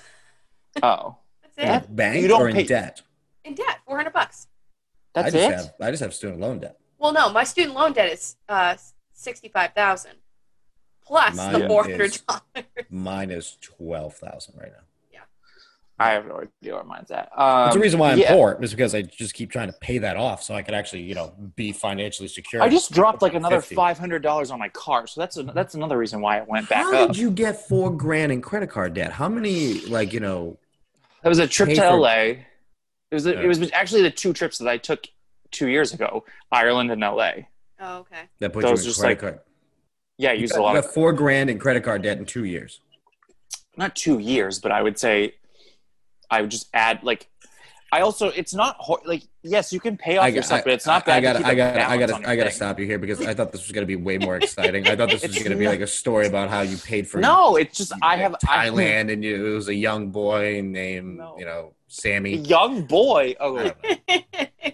Speaker 2: Oh.
Speaker 3: it.
Speaker 1: In the bank
Speaker 2: You don't
Speaker 1: or in
Speaker 2: pay-
Speaker 1: debt
Speaker 3: In debt, four hundred bucks.
Speaker 1: i
Speaker 2: That's
Speaker 1: just
Speaker 2: it?
Speaker 1: have i just have student loan debt
Speaker 3: Well, no, my student loan debt is uh sixty-five thousand plus
Speaker 1: Mine
Speaker 3: the
Speaker 1: is-
Speaker 3: four hundred dollars.
Speaker 1: mine is 12000 right now
Speaker 2: I have no idea where mine's at. Um,
Speaker 1: That's the reason why I'm
Speaker 2: yeah.
Speaker 1: poor is because I just keep trying to pay that off so I could actually, you know, be financially secure.
Speaker 2: I just dropped like another
Speaker 1: 50.
Speaker 2: five hundred dollars on my car, so that's an that's another reason why it went back
Speaker 1: How
Speaker 2: up.
Speaker 1: did you get four grand in credit card debt? How many, like, you know,
Speaker 2: That was a trip
Speaker 1: pay
Speaker 2: to
Speaker 1: for-
Speaker 2: LA. It was
Speaker 1: Yeah.
Speaker 2: it was actually the two trips that I took two years ago: Ireland and LA.
Speaker 3: Oh, okay.
Speaker 1: that put you
Speaker 2: That
Speaker 1: in
Speaker 2: was
Speaker 1: credit
Speaker 2: just like-
Speaker 1: card?
Speaker 2: Yeah, I
Speaker 1: You
Speaker 2: used
Speaker 1: got,
Speaker 2: a lot
Speaker 1: you
Speaker 2: of
Speaker 1: got four grand in credit card debt in two years.
Speaker 2: not two years, but I would say I would just add like I also it's not hor- like yes you can pay off
Speaker 1: I
Speaker 2: your
Speaker 1: got,
Speaker 2: stuff, but it's not
Speaker 1: I
Speaker 2: bad.
Speaker 1: got,
Speaker 2: to keep
Speaker 1: I
Speaker 2: a
Speaker 1: got, I
Speaker 2: balance
Speaker 1: got,
Speaker 2: on your
Speaker 1: I got to
Speaker 2: thing.
Speaker 1: stop you here because I thought this was going to be way more exciting. I thought this was
Speaker 2: It's
Speaker 1: going to be
Speaker 2: not-
Speaker 1: like a story about how you paid for
Speaker 2: No, it's just I have I-
Speaker 1: Thailand and you, it was a young boy named,
Speaker 2: No.
Speaker 1: you know, Sammy.
Speaker 2: young boy.
Speaker 1: I
Speaker 2: Oh,
Speaker 1: don't know.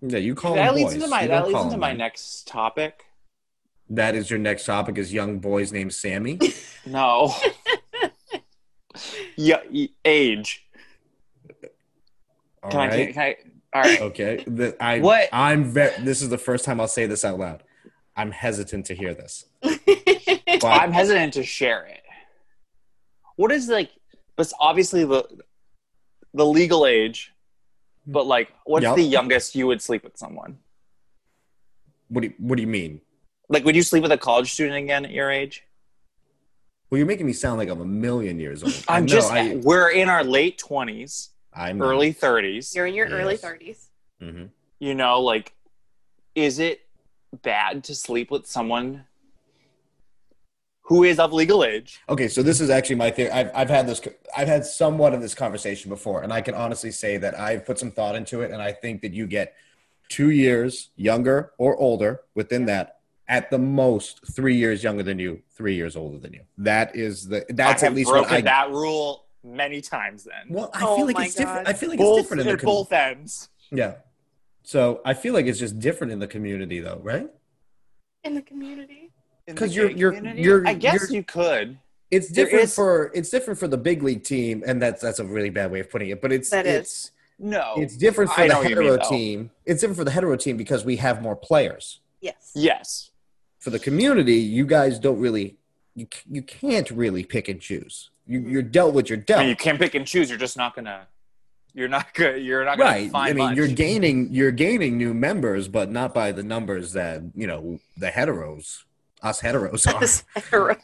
Speaker 1: Yeah, you call
Speaker 2: that
Speaker 1: them boys.
Speaker 2: leads into my
Speaker 1: You
Speaker 2: that
Speaker 1: don't
Speaker 2: leads
Speaker 1: call
Speaker 2: into
Speaker 1: them
Speaker 2: my
Speaker 1: that.
Speaker 2: next topic.
Speaker 1: That is your next topic is young boys named Sammy.
Speaker 2: No. yeah, y- age.
Speaker 1: All
Speaker 2: Can I?
Speaker 1: right.
Speaker 2: Can I? All right.
Speaker 1: Okay. The- I,
Speaker 2: What?
Speaker 1: I'm ve- this is the first time I'll say this out loud. I'm hesitant to hear this. But
Speaker 2: I'm hesitant to share it. What is like? But obviously the the legal age, but like, what's
Speaker 1: Yep.
Speaker 2: the youngest you would sleep with someone?
Speaker 1: what do you, what do you mean?
Speaker 2: Like, would you sleep with a college student again at your age?
Speaker 1: Well, you're making me sound like I'm a million years old.
Speaker 2: I'm
Speaker 1: No,
Speaker 2: just.
Speaker 1: I, Mm.
Speaker 2: we're in our late twenties,
Speaker 1: I'm not.
Speaker 2: early thirties.
Speaker 3: You're in your early
Speaker 1: Yes.
Speaker 3: thirties.
Speaker 1: Mhm.
Speaker 2: You know, like, is it bad to sleep with someone who is of legal age?
Speaker 1: Okay, so this is actually my theory. I've, I've had this. co- I've had somewhat of this conversation before, and I can honestly say that I've put some thought into it, and I think that you get two years younger or older within that. At the most, three years younger than you, three years older than you. That is the. That's
Speaker 2: I
Speaker 1: at
Speaker 2: have
Speaker 1: least what
Speaker 2: broken
Speaker 1: I
Speaker 2: that rule many times. Then
Speaker 1: Well, I
Speaker 3: Oh
Speaker 1: feel like
Speaker 3: my
Speaker 1: it's different.
Speaker 3: God.
Speaker 1: I feel like
Speaker 2: both
Speaker 1: it's different in the
Speaker 2: at
Speaker 1: com-
Speaker 2: both ends.
Speaker 1: Yeah. So I feel like it's just different in the community, though, right?
Speaker 3: In the community.
Speaker 2: in the
Speaker 1: 'Cause you're-
Speaker 2: gay
Speaker 1: you're-
Speaker 2: community?
Speaker 1: you're-
Speaker 2: I guess
Speaker 1: you're-
Speaker 2: you could.
Speaker 1: It's
Speaker 2: There
Speaker 1: different
Speaker 2: is-
Speaker 1: for it's different for the big league team, and that's that's a really bad way of putting it. But it's
Speaker 3: That
Speaker 1: it's
Speaker 2: No.
Speaker 1: it's different for
Speaker 2: Oh, I
Speaker 1: the
Speaker 2: know what you mean,
Speaker 1: hetero
Speaker 2: though.
Speaker 1: team. It's different for the hetero team because we have more players.
Speaker 3: Yes.
Speaker 2: yes.
Speaker 1: For the community, you guys don't really you c- you can't really pick and choose. You,
Speaker 3: Mhm.
Speaker 1: You're dealt with your
Speaker 2: I
Speaker 1: dealt.
Speaker 2: mean, you can't pick and choose. You're just not gonna. You're not good. You're not going to
Speaker 1: right.
Speaker 2: find
Speaker 1: I mean,
Speaker 2: much.
Speaker 1: you're gaining you're gaining new members, but not by the numbers that you know the heteros, us heteros are.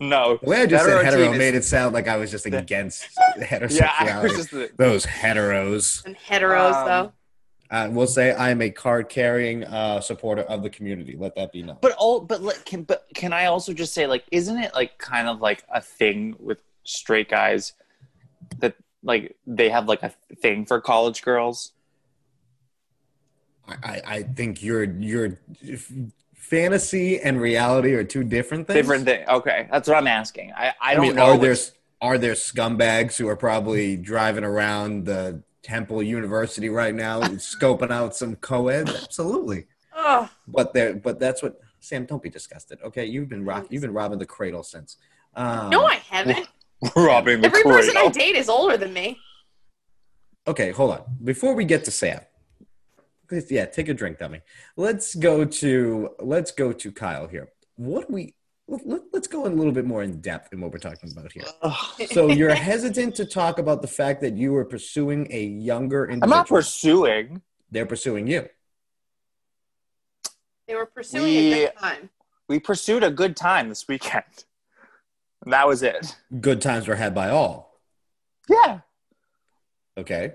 Speaker 2: no.
Speaker 1: The way I just
Speaker 2: Hetero
Speaker 1: said hetero
Speaker 2: team is-
Speaker 1: made it sound like I was just
Speaker 2: The-
Speaker 1: against
Speaker 2: Yeah, I
Speaker 1: heterosexuality.
Speaker 2: was just the,
Speaker 1: Those heteros.
Speaker 3: Some heteros
Speaker 2: Um,
Speaker 3: though.
Speaker 1: I will say I am a card carrying uh, supporter of the community. Let that be known.
Speaker 2: But all, but like, can but can I also just say like, isn't it like kind of like a thing with straight guys that like they have like a thing for college girls?
Speaker 1: I, I- I think your your f- fantasy and reality are two different things.
Speaker 2: Different thing. Okay, that's what I'm asking. I I
Speaker 1: I,
Speaker 2: don't
Speaker 1: mean,
Speaker 2: know.
Speaker 1: are there
Speaker 2: which-
Speaker 1: are there scumbags who are probably driving around the Temple University right now, scoping out some co-eds? Absolutely.
Speaker 3: Oh,
Speaker 1: But there, but that's what Sam. Don't be disgusted. Okay, you've been rock, you've been robbing the cradle since. Um, Oh.
Speaker 3: no, I haven't.
Speaker 2: robbing the
Speaker 3: Every person I
Speaker 2: cradle.
Speaker 3: date is older than me.
Speaker 1: Okay, hold on. Before we get to Sam, let's- yeah, take a drink, dummy. Let's go to let's go to Kyle here. What we let, let's go in a little bit more in depth in what we're talking about here.
Speaker 2: Ugh.
Speaker 1: So you're hesitant to talk about the fact that you were pursuing a younger individual.
Speaker 2: I'm not pursuing.
Speaker 1: They're pursuing you.
Speaker 3: They were pursuing
Speaker 2: We-
Speaker 3: a good time.
Speaker 2: We pursued a good time this weekend. And that was it.
Speaker 1: Good times were had by all.
Speaker 2: Yeah.
Speaker 1: Okay.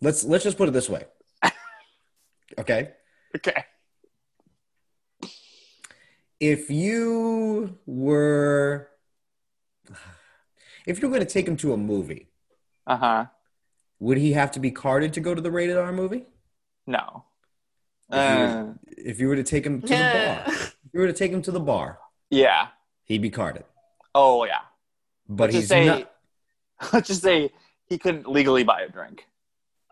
Speaker 1: Let's let's just put it this way. Okay.
Speaker 2: Okay.
Speaker 1: if you were if you were going to take him to a movie
Speaker 2: Uh huh.
Speaker 1: would he have to be carded to go to the rated r movie
Speaker 2: No.
Speaker 1: If you-
Speaker 2: Uh,
Speaker 1: if you were to take him to the bar
Speaker 3: Yeah.
Speaker 1: if you were to take him to the bar
Speaker 2: yeah.
Speaker 1: he'd be carded
Speaker 2: Oh yeah.
Speaker 1: but
Speaker 2: Let's just
Speaker 1: he's
Speaker 2: say.
Speaker 1: not
Speaker 2: Let's just say he couldn't legally buy a drink.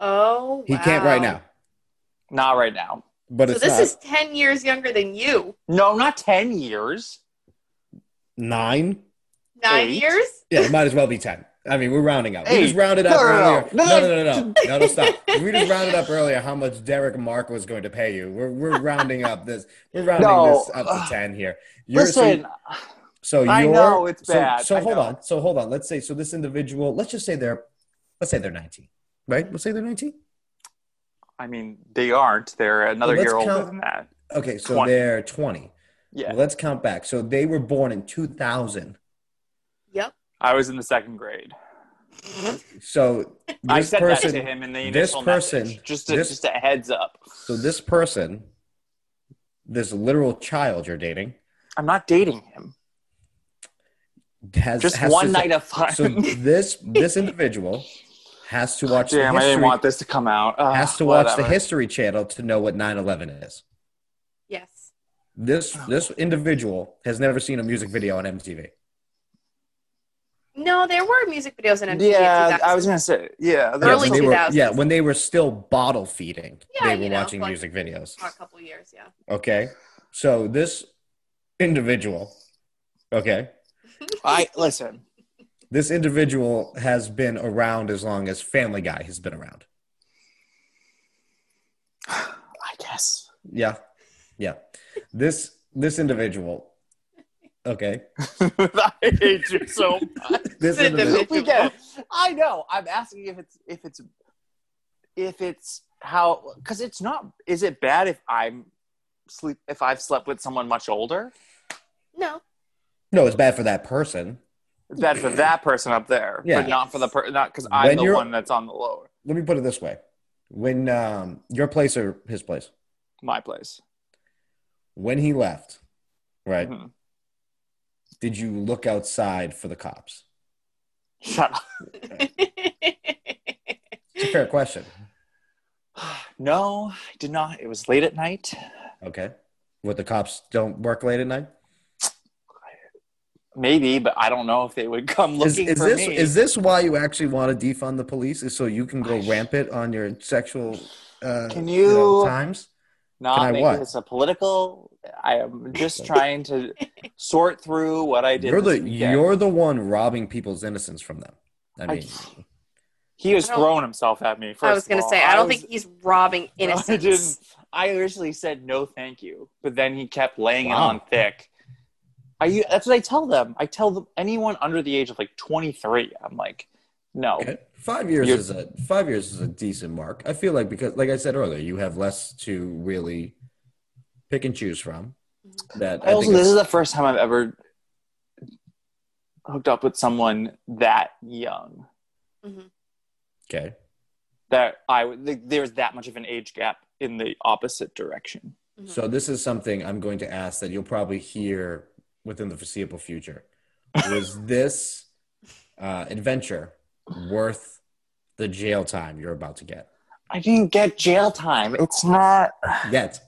Speaker 3: Oh,
Speaker 1: he can't right
Speaker 3: wow.
Speaker 1: now
Speaker 2: Not right now.
Speaker 1: but
Speaker 3: So
Speaker 1: it's
Speaker 3: this
Speaker 1: not
Speaker 3: is ten years younger than you.
Speaker 2: No, not ten years.
Speaker 1: nine
Speaker 3: Nine
Speaker 2: Eight.
Speaker 3: years.
Speaker 1: yeah it might as well be ten i mean we're rounding up we just
Speaker 2: Eight.
Speaker 1: rounded up earlier no
Speaker 2: No, no, no.
Speaker 1: no no no no no, no,
Speaker 3: no.
Speaker 1: stop we just rounded up earlier how much derek mark was going to pay you we're, we're rounding up this we're rounding
Speaker 2: No.
Speaker 1: this up to 10 here so-
Speaker 2: Listen,
Speaker 1: So
Speaker 2: I
Speaker 1: you're-
Speaker 2: know, it's
Speaker 1: so-
Speaker 2: bad.
Speaker 1: So
Speaker 2: I
Speaker 1: hold
Speaker 2: know.
Speaker 1: on. So hold on. Let's say so this individual. Let's just say they're, let's say they're 19, right? Let's say they're 19.
Speaker 2: I mean, they aren't. They're another
Speaker 1: Well, let's
Speaker 2: year older
Speaker 1: count-
Speaker 2: than that.
Speaker 1: Okay, so
Speaker 2: 20.
Speaker 1: they're 20.
Speaker 2: Yeah,
Speaker 1: Well, let's count back. So they were born in 2000.
Speaker 3: Yep.
Speaker 2: I was in the second grade.
Speaker 1: So this
Speaker 2: I said
Speaker 1: person,
Speaker 2: that to him in the
Speaker 1: this
Speaker 2: initial
Speaker 1: person-
Speaker 2: message. Just a,
Speaker 1: this-
Speaker 2: just a heads up.
Speaker 1: so this person, this literal child you're dating,
Speaker 2: I'm not dating him.
Speaker 1: has
Speaker 2: Just
Speaker 1: has
Speaker 2: one
Speaker 1: to-
Speaker 2: night of fun.
Speaker 1: So this this individual has to watch
Speaker 2: Damn,
Speaker 1: the
Speaker 2: I didn't
Speaker 1: history
Speaker 2: want this to come out. Ugh,
Speaker 1: has to watch the
Speaker 2: whatever.
Speaker 1: History Channel to know what 9/11 is.
Speaker 3: Yes.
Speaker 1: This this individual has never seen a music video on MTV.
Speaker 3: No, there were music videos in MTV.
Speaker 2: Yeah,
Speaker 3: in
Speaker 2: I was gonna say. Yeah,
Speaker 1: Yeah,
Speaker 2: there
Speaker 1: when
Speaker 2: was
Speaker 3: Early
Speaker 1: they
Speaker 2: a-
Speaker 1: were,
Speaker 3: 2000s.
Speaker 1: yeah, when they were still bottle feeding,
Speaker 3: Yeah,
Speaker 1: they were
Speaker 3: you know,
Speaker 1: watching
Speaker 3: like-
Speaker 1: music videos.
Speaker 3: a couple years. Yeah.
Speaker 1: Okay, so this individual, okay,
Speaker 2: I listen.
Speaker 1: this individual has been around as long as Family Guy has been around.
Speaker 2: I guess.
Speaker 1: Yeah, yeah. This this individual, okay,
Speaker 2: I hate you so much.
Speaker 1: this
Speaker 3: This
Speaker 1: individual.
Speaker 2: we get it. I know. I'm asking if it's if it's if it's how because it's not. Is it bad if I'm sleep if I've slept with someone much older?
Speaker 3: No.
Speaker 1: No, it's bad for that person.
Speaker 2: It's bad for that person up there,
Speaker 1: Yeah.
Speaker 2: but not for the per not because
Speaker 1: When
Speaker 2: I'm the
Speaker 1: you're-
Speaker 2: one that's on the lower
Speaker 1: Let me put it this way: when um, your place or his place,
Speaker 2: my place.
Speaker 1: when he left, right?
Speaker 2: Mhm.
Speaker 1: Did you look outside for the cops?
Speaker 2: Shut up.
Speaker 1: It's a fair question.
Speaker 2: No, I did not. It was late at night.
Speaker 1: Okay. What the cops don't work late at night?
Speaker 2: Maybe, but I don't know if they would come
Speaker 1: Is,
Speaker 2: looking
Speaker 1: is
Speaker 2: for
Speaker 1: this
Speaker 2: me.
Speaker 1: is this why you actually want to defund the police? Is so you can go
Speaker 2: I sh-
Speaker 1: rampant on your sexual uh,
Speaker 2: Can
Speaker 1: know,
Speaker 2: you-
Speaker 1: times?
Speaker 2: not
Speaker 1: Can I
Speaker 2: making
Speaker 1: what?
Speaker 2: this a political. I am just trying to sort through what I did.
Speaker 1: You're
Speaker 2: this
Speaker 1: the
Speaker 2: weekend.
Speaker 1: you're the one robbing people's innocence from them. I
Speaker 2: I-
Speaker 1: mean,
Speaker 2: He was
Speaker 3: I don't-
Speaker 2: throwing himself at me. First
Speaker 3: I was
Speaker 2: going
Speaker 3: gonna
Speaker 2: to
Speaker 3: say I don't think he's robbing innocence.
Speaker 2: I didn't. I originally said no, thank you, but then he kept laying
Speaker 1: Wow.
Speaker 2: it on thick. Are you? That's what I tell them. I tell them anyone under the age of like twenty three. I'm like, no,
Speaker 1: okay, Five years
Speaker 2: You're-
Speaker 1: is a five years is a decent mark. I feel like because, like I said earlier, you have less to really pick and choose from. That
Speaker 2: I also,
Speaker 1: think
Speaker 2: this is
Speaker 1: it's-
Speaker 2: the first time I've ever hooked up with someone that young.
Speaker 3: Mhm.
Speaker 1: okay.
Speaker 2: That I would- like, there was that much of an age gap in the opposite direction.
Speaker 3: Mhm.
Speaker 1: So this is something I'm going to ask that you'll probably hear within the foreseeable future. Was this uh, adventure worth the jail time you're about to get?
Speaker 2: I didn't get jail time. It's not.
Speaker 1: Yet,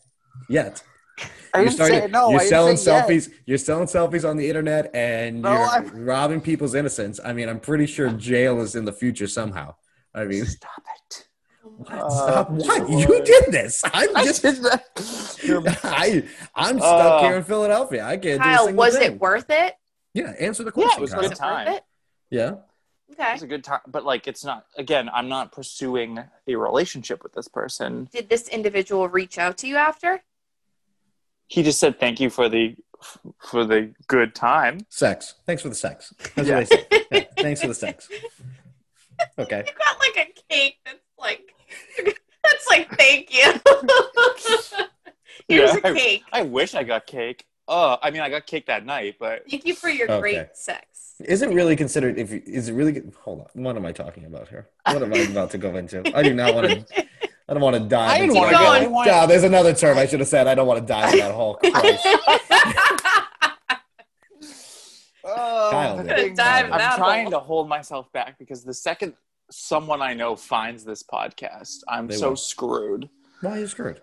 Speaker 1: yet.
Speaker 2: I
Speaker 1: You're
Speaker 2: didn't
Speaker 1: starting.
Speaker 2: say no.
Speaker 1: you're
Speaker 2: I didn't
Speaker 1: selling
Speaker 2: say yes.
Speaker 1: selfies. You're selling selfies on the internet, and
Speaker 2: No,
Speaker 1: you're
Speaker 2: I'm-
Speaker 1: robbing people's innocence. I mean, I'm pretty sure jail is in the future somehow. I mean,
Speaker 2: Stop it.
Speaker 3: Oh,
Speaker 1: what?
Speaker 2: Uh,
Speaker 1: Stop. What?
Speaker 2: Lord.
Speaker 1: You did this. I'm just.
Speaker 2: I did that. You're-
Speaker 1: I I'm stuck
Speaker 2: Uh,
Speaker 1: here in Philadelphia. I can't. do a
Speaker 3: Kyle,
Speaker 1: single
Speaker 3: was
Speaker 1: thing.
Speaker 3: it worth it?
Speaker 1: Yeah, answer the
Speaker 2: Yeah, it
Speaker 1: question.
Speaker 2: was
Speaker 1: Kyle.
Speaker 3: Was
Speaker 2: Good
Speaker 3: it
Speaker 2: time.
Speaker 3: worth it?
Speaker 1: yeah.
Speaker 3: Okay.
Speaker 2: It's a good time, but like, it's not. Again, I'm not pursuing a relationship with this person.
Speaker 3: Did this individual reach out to you after?
Speaker 2: He just said thank you for the for the good time.
Speaker 1: Sex. Thanks for the sex. That's
Speaker 2: Yeah.
Speaker 1: what I say. Yeah, Thanks for the sex. Okay.
Speaker 3: You got like a cake that's like that's like thank you. Here's
Speaker 2: Yeah, I-
Speaker 3: a cake.
Speaker 2: I wish I got cake. Oh, I mean, I got cake that night, but
Speaker 3: Thank you for your
Speaker 1: Okay.
Speaker 3: great sex.
Speaker 1: Is it really considered? If you- is it really? Hold on. What am I talking about here? What am I about to go into? I do not want to. I don't want to dive.
Speaker 2: I didn't
Speaker 1: into
Speaker 3: wanna
Speaker 1: that.
Speaker 3: go- I
Speaker 1: Yeah,
Speaker 2: didn't wanna-
Speaker 1: there's another term I should have said. I don't want to dive in that hole. Christ.
Speaker 2: oh,
Speaker 1: Kyle did.
Speaker 2: I'm
Speaker 3: Dive in that
Speaker 2: trying
Speaker 3: hole.
Speaker 2: to hold myself back because the second someone I know finds this podcast, I'm
Speaker 1: They
Speaker 2: so
Speaker 1: will.
Speaker 2: screwed.
Speaker 1: Why are you screwed?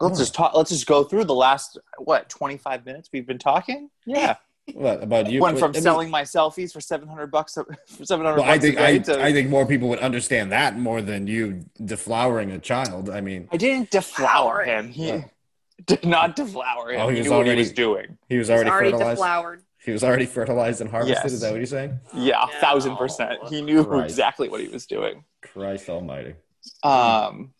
Speaker 2: Let's
Speaker 1: Why?
Speaker 2: just talk. Let's just go through the last what 25 minutes we've been talking. Yeah,
Speaker 1: What about you?
Speaker 2: went from
Speaker 1: I mean,
Speaker 2: selling my selfies for 700 bucks for 700
Speaker 1: Well,
Speaker 2: bucks
Speaker 1: I think
Speaker 2: a day
Speaker 1: I,
Speaker 2: to-
Speaker 1: I think more people would understand that more than you deflowering a child. I mean,
Speaker 2: I didn't deflower him. He
Speaker 1: Yeah.
Speaker 2: did not deflower him.
Speaker 1: Oh, he
Speaker 2: he,
Speaker 1: was
Speaker 2: knew what he
Speaker 1: already-
Speaker 2: was doing.
Speaker 1: he was
Speaker 3: Already,
Speaker 1: already,
Speaker 3: already
Speaker 1: fertilized.
Speaker 3: deflowered.
Speaker 1: He was already fertilized and harvested.
Speaker 2: Yes.
Speaker 1: Is that what you're saying?
Speaker 2: Yeah,
Speaker 3: No.
Speaker 2: a thousand percent. He knew
Speaker 1: Christ. Hmm.
Speaker 2: exactly what he was doing.
Speaker 1: Christ Almighty!
Speaker 2: Um,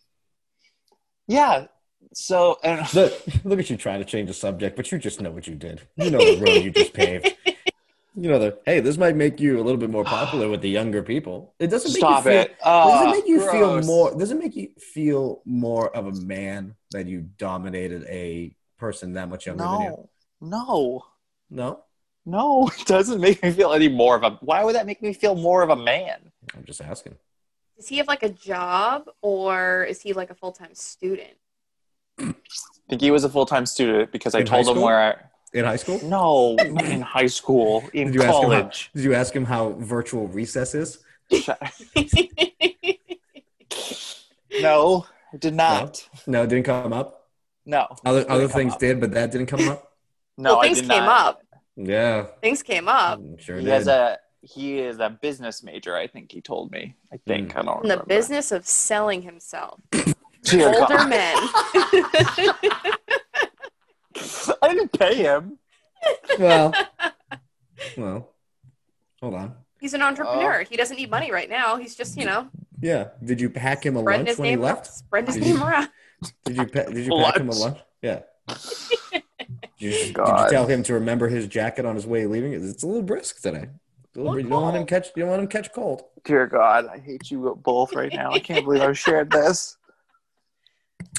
Speaker 2: yeah. So and
Speaker 1: Look, look at you trying to change the subject, but you just know what you did. You know the road you just paved. You know the hey, this might make you a little bit more popular with the younger people. It doesn't make
Speaker 2: stop
Speaker 1: you feel,
Speaker 2: it. Uh,
Speaker 1: does it make you feel
Speaker 2: gross.
Speaker 1: more? Does it make you feel more of a man that you dominated a person that much younger than you?
Speaker 2: No, no,
Speaker 1: No,
Speaker 2: no. It doesn't make me feel any more of a. Why would that make me feel more of a man?
Speaker 1: I'm just asking.
Speaker 3: Does he have like a job or is he like a full time student?
Speaker 2: I think he was a full time student because I
Speaker 1: In high
Speaker 2: told him
Speaker 1: school?
Speaker 2: where.
Speaker 1: In high
Speaker 2: I,
Speaker 1: school,
Speaker 2: no, not in high school, in
Speaker 1: Did you ask him how-
Speaker 2: college.
Speaker 1: did you ask him how virtual recess is?
Speaker 2: no, I did not.
Speaker 1: No, it didn't come up.
Speaker 2: No,
Speaker 1: Other
Speaker 2: Didn't
Speaker 1: other
Speaker 2: come
Speaker 1: things
Speaker 2: up.
Speaker 1: did, but that didn't come up.
Speaker 2: no,
Speaker 3: well,
Speaker 2: I
Speaker 3: things
Speaker 2: did
Speaker 3: came
Speaker 2: not.
Speaker 3: up.
Speaker 2: Uh,
Speaker 1: Yeah,
Speaker 3: Things came up
Speaker 1: I'm sure
Speaker 2: he
Speaker 1: it
Speaker 2: has
Speaker 1: did.
Speaker 2: a he is a business major. I think he told me. I
Speaker 1: Hmm.
Speaker 2: think I don't
Speaker 3: in the
Speaker 2: remember.
Speaker 3: business of selling himself.
Speaker 2: Dear God.
Speaker 3: Older men.
Speaker 2: I didn't pay him.
Speaker 1: well, well, hold on.
Speaker 3: He's an entrepreneur. he doesn't need money right now. He's just, you know,
Speaker 1: Yeah, did you pack him a
Speaker 3: spreading
Speaker 1: lunch
Speaker 3: his
Speaker 1: when he
Speaker 3: name around.
Speaker 1: left?
Speaker 3: Spreading his
Speaker 1: Did you-
Speaker 3: name around.
Speaker 1: Did you pa- did you pack him a
Speaker 2: Lunch.
Speaker 1: lunch? Yeah. Did you, did you
Speaker 2: God.
Speaker 1: tell him to remember his jacket on his way leaving? It's a little brisk today. It's a little bri- you don't want him catch. You don't want him catch cold.
Speaker 2: Dear God, I hate you both right now. I can't believe I shared this.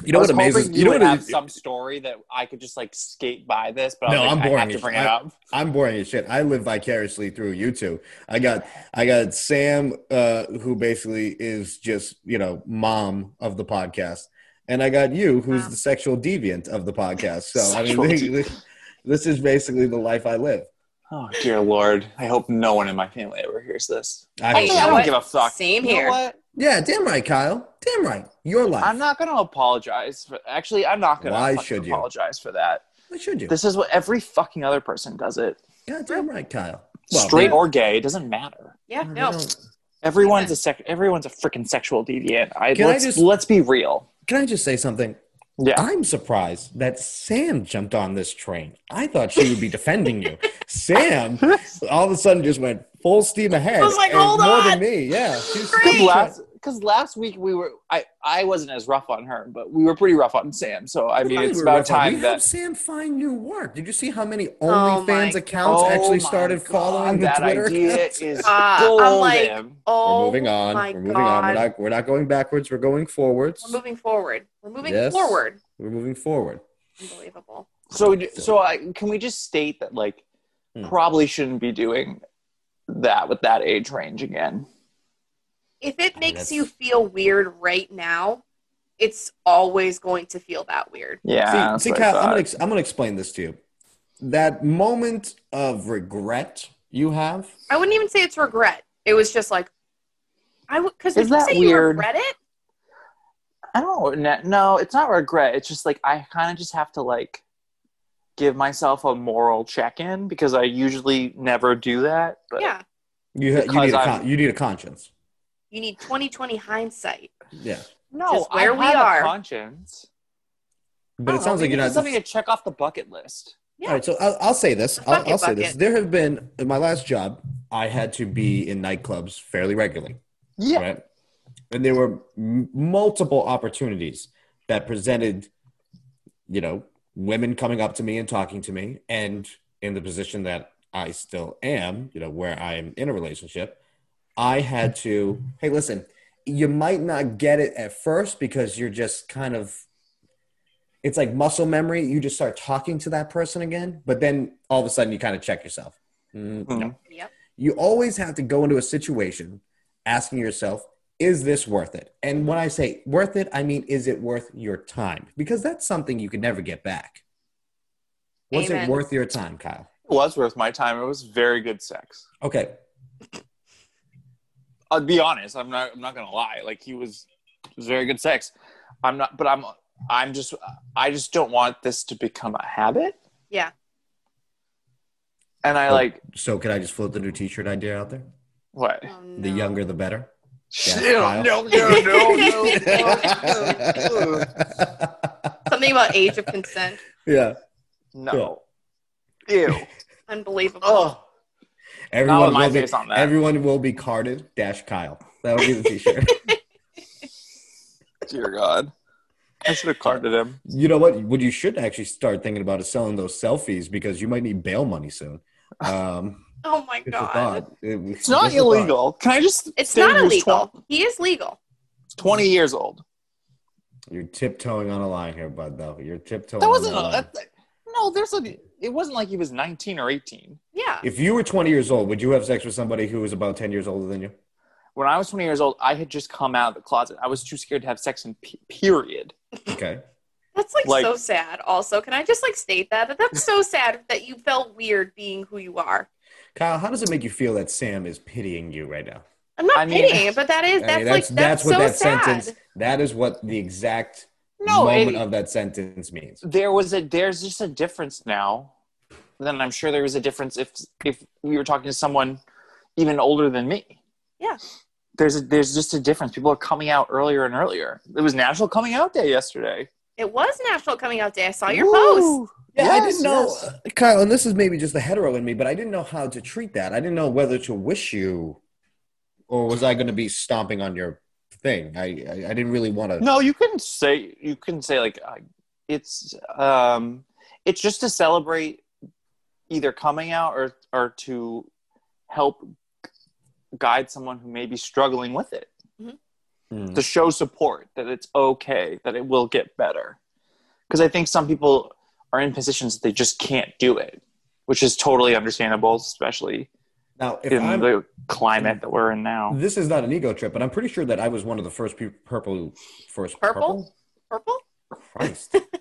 Speaker 1: You know
Speaker 2: I was
Speaker 1: what amazes?
Speaker 2: hoping
Speaker 1: You know
Speaker 2: would
Speaker 1: what?
Speaker 2: have
Speaker 1: it-
Speaker 2: some story that I could just like skate by this, but I
Speaker 1: No,
Speaker 2: was like,
Speaker 1: I'm
Speaker 2: I
Speaker 1: boring
Speaker 2: have to
Speaker 1: as-
Speaker 2: bring
Speaker 1: I-
Speaker 2: it up.
Speaker 1: I'm boring as shit. I live vicariously through you two. I got I got Sam, uh, who basically is just you know mom of the podcast, and I got you, who's
Speaker 3: Wow.
Speaker 1: the sexual deviant of the podcast. So I mean,
Speaker 2: Sexual
Speaker 1: this- this is basically the life I live.
Speaker 2: Oh dear Lord, I hope no one in my family ever hears this.
Speaker 1: I
Speaker 3: Hey,
Speaker 1: hope
Speaker 3: you
Speaker 1: so.
Speaker 3: know
Speaker 2: I don't
Speaker 3: what?
Speaker 2: give a fuck.
Speaker 3: Same
Speaker 2: You know
Speaker 3: here.
Speaker 2: what?
Speaker 1: yeah, damn right, Kyle. Damn right, your life.
Speaker 2: I'm not gonna apologize. For, actually, I'm not gonna
Speaker 1: Why
Speaker 2: fucking
Speaker 1: should you?
Speaker 2: apologize for that.
Speaker 1: Why should you?
Speaker 2: This is what every fucking other person does it.
Speaker 1: God damn right, Kyle.
Speaker 2: Straight
Speaker 1: they-
Speaker 2: or gay, it doesn't matter.
Speaker 3: Yeah,
Speaker 1: they
Speaker 3: no.
Speaker 1: don't-
Speaker 2: Everyone's a sec. Everyone's a freaking sexual deviant. I,
Speaker 1: Can I
Speaker 2: let's
Speaker 1: just-
Speaker 2: let's be real.
Speaker 1: Can I just say something?
Speaker 2: Yeah.
Speaker 1: I'm surprised that Sam jumped on this train. I thought she would be defending you. Sam all of a sudden just went full steam ahead.
Speaker 3: I was like,
Speaker 1: and
Speaker 3: hold
Speaker 1: more
Speaker 3: on.
Speaker 1: than me. Yeah. She was-
Speaker 3: Great.
Speaker 2: Because last, cause last week we were, I, I wasn't as rough on her, but we were pretty rough on Sam. So I mean,
Speaker 1: thought
Speaker 2: it's
Speaker 1: we were
Speaker 2: about
Speaker 1: rough on-
Speaker 2: time
Speaker 1: We
Speaker 2: that
Speaker 1: helped Sam find new work. Did you see how many
Speaker 3: Oh my
Speaker 1: OnlyFans accounts
Speaker 2: Oh
Speaker 1: actually
Speaker 2: my
Speaker 1: started
Speaker 2: God,
Speaker 1: following the
Speaker 2: that
Speaker 1: Twitter
Speaker 2: idea
Speaker 1: accounts?
Speaker 2: is
Speaker 3: Ah, I'm
Speaker 2: golden.
Speaker 3: like- Oh,
Speaker 1: We're moving on.
Speaker 3: my
Speaker 1: We're moving
Speaker 3: God.
Speaker 1: on. We're not, we're not going backwards. We're going forwards.
Speaker 3: We're moving forward. We're moving
Speaker 1: Yes.
Speaker 3: forward.
Speaker 1: We're moving forward.
Speaker 3: Unbelievable.
Speaker 2: so d- so I, can we just state that like
Speaker 1: Hmm.
Speaker 2: probably shouldn't be doing that with that age range again.
Speaker 3: If it makes
Speaker 1: that's-
Speaker 3: you feel weird right now, it's always going to feel that weird.
Speaker 2: Yeah. that's
Speaker 1: see, see
Speaker 2: what I
Speaker 1: Kyle, I'm
Speaker 2: thought.
Speaker 1: gonna, ex- I'm gonna explain this to you. That moment of regret you have.
Speaker 3: I wouldn't even say it's regret. It was just like, I would because
Speaker 2: Is
Speaker 3: you
Speaker 2: that
Speaker 3: say you
Speaker 2: weird?
Speaker 3: regret it.
Speaker 2: I don't know. No, it's not regret. It's just like I kind of just have to like give myself a moral check in because I usually never do that. But
Speaker 3: Yeah,
Speaker 1: You, ha- you
Speaker 2: Because
Speaker 1: need a con-
Speaker 2: I'm-
Speaker 1: you need a conscience.
Speaker 3: you need 2020 hindsight.
Speaker 1: Yeah,
Speaker 2: no,
Speaker 3: Just where
Speaker 2: I
Speaker 3: we
Speaker 2: have
Speaker 3: are.
Speaker 2: A conscience.
Speaker 1: but
Speaker 2: I
Speaker 1: it
Speaker 2: don't
Speaker 1: sounds
Speaker 2: know,
Speaker 1: like you're
Speaker 2: maybe
Speaker 1: not.
Speaker 2: Oh, it's something to check off the bucket list.
Speaker 1: All right, so I'll, I'll say this. I'll,
Speaker 3: Bucket,
Speaker 1: I'll say this.
Speaker 3: bucket.
Speaker 1: There have been in my last job, I had to be in nightclubs fairly regularly,
Speaker 2: Yeah,
Speaker 1: right? And there were m- multiple opportunities that presented, you know, women coming up to me and talking to me, and in the position that I still am, you know, where I am in a relationship, I had to. Hey, listen, you might not get it at first because you're just kind of it's like muscle memory. You just start talking to that person again, but then all of a sudden you kind of check yourself. Mm,
Speaker 2: Hmm.
Speaker 1: no.
Speaker 3: Yep.
Speaker 1: You always have to go into a situation asking yourself, is this worth it? And when I say worth it, I mean, is it worth your time? Because that's something you can never get back. Was
Speaker 3: Amen.
Speaker 1: it worth your time, Kyle?
Speaker 2: it was worth my time. It was very good sex.
Speaker 1: Okay.
Speaker 2: I'll be honest. I'm not. I'm not gonna lie. Like he was, it was very good sex. I'm not. But I'm. I'm just. I just don't want this to become a habit.
Speaker 3: Yeah.
Speaker 2: And I
Speaker 1: Oh.
Speaker 2: like
Speaker 1: So, can I just float the new t shirt idea out there?
Speaker 2: what?
Speaker 3: Oh,
Speaker 1: The
Speaker 3: no.
Speaker 1: younger, the better.
Speaker 2: no,
Speaker 1: Kyle.
Speaker 2: no, no, no, no.
Speaker 3: Something about age of consent.
Speaker 1: yeah.
Speaker 2: No. Ew.
Speaker 3: Unbelievable.
Speaker 2: Oh. Not
Speaker 1: Everyone
Speaker 2: with my
Speaker 1: will be,
Speaker 2: face on that.
Speaker 1: everyone will be carded dash Kyle. That'll be the t-shirt.
Speaker 2: Dear God. I should have carded him.
Speaker 1: you know what? What you should actually start thinking about is selling those selfies because you might need bail money soon. Um,
Speaker 3: Oh my
Speaker 1: it's a
Speaker 3: god.
Speaker 1: thought. It-
Speaker 2: It's not
Speaker 1: just a thought.
Speaker 2: illegal. Can I just?
Speaker 3: It's
Speaker 2: say
Speaker 3: not
Speaker 2: he was
Speaker 3: illegal.
Speaker 2: 12
Speaker 3: He is legal.
Speaker 2: Twenty years old.
Speaker 1: You're tiptoeing on a line here, bud. Though you're tiptoeing.
Speaker 2: That wasn't.
Speaker 3: Oh,
Speaker 1: on a
Speaker 2: A,
Speaker 1: line.
Speaker 2: that, that- no, there's a. It wasn't like he was nineteen or eighteen.
Speaker 3: Yeah.
Speaker 1: If you were 20 years old, would you have sex with somebody who was about 10 years older than you?
Speaker 2: When I was twenty years old, I had just come out of the closet. I was too scared to have sex. In pe- period.
Speaker 1: Okay.
Speaker 3: That's like,
Speaker 2: Like-
Speaker 3: so sad. Also, can I just like state that that that's so sad that you felt weird being who you are.
Speaker 1: Kyle, how does it make you feel that Sam is pitying you right now?
Speaker 3: I'm not
Speaker 2: I mean-
Speaker 3: kidding, but that is
Speaker 1: I mean,
Speaker 3: that's, like that's,
Speaker 1: what
Speaker 3: so
Speaker 1: that
Speaker 3: sad.
Speaker 1: sentence. That is what the exact
Speaker 2: No, it-
Speaker 1: moment of that sentence means.
Speaker 2: there was a there's just a difference now then i'm sure there was a difference if if we were talking to someone even older than me
Speaker 3: Yeah.
Speaker 2: there's a, there's just a difference people are coming out earlier and earlier it was national coming out day yesterday
Speaker 3: It was National Coming Out Day. I saw your post.
Speaker 2: Woo!
Speaker 1: Yeah, I
Speaker 2: Yes,
Speaker 1: didn't know,
Speaker 2: yes.
Speaker 1: uh, Kyle, and this is maybe just the hetero in me, but I didn't know how to treat that. I didn't know whether to wish you, or was I going to be stomping on your thing? I I, I didn't really want to.
Speaker 2: no you can say you can say like uh, it's um it's just to celebrate either coming out or or to help guide someone who may be struggling with it
Speaker 1: Mm.
Speaker 2: to show support that it's okay that it will get better because i think some people are in positions that they just can't do it which is totally understandable especially
Speaker 1: Now, if
Speaker 2: in
Speaker 1: I'm, Mm-hmm.
Speaker 2: the climate that we're in now
Speaker 1: this is not an ego trip, but I'm pretty sure that I was one of the first people, purple, first
Speaker 3: Purple? Purple?
Speaker 1: purple? Christ, what's the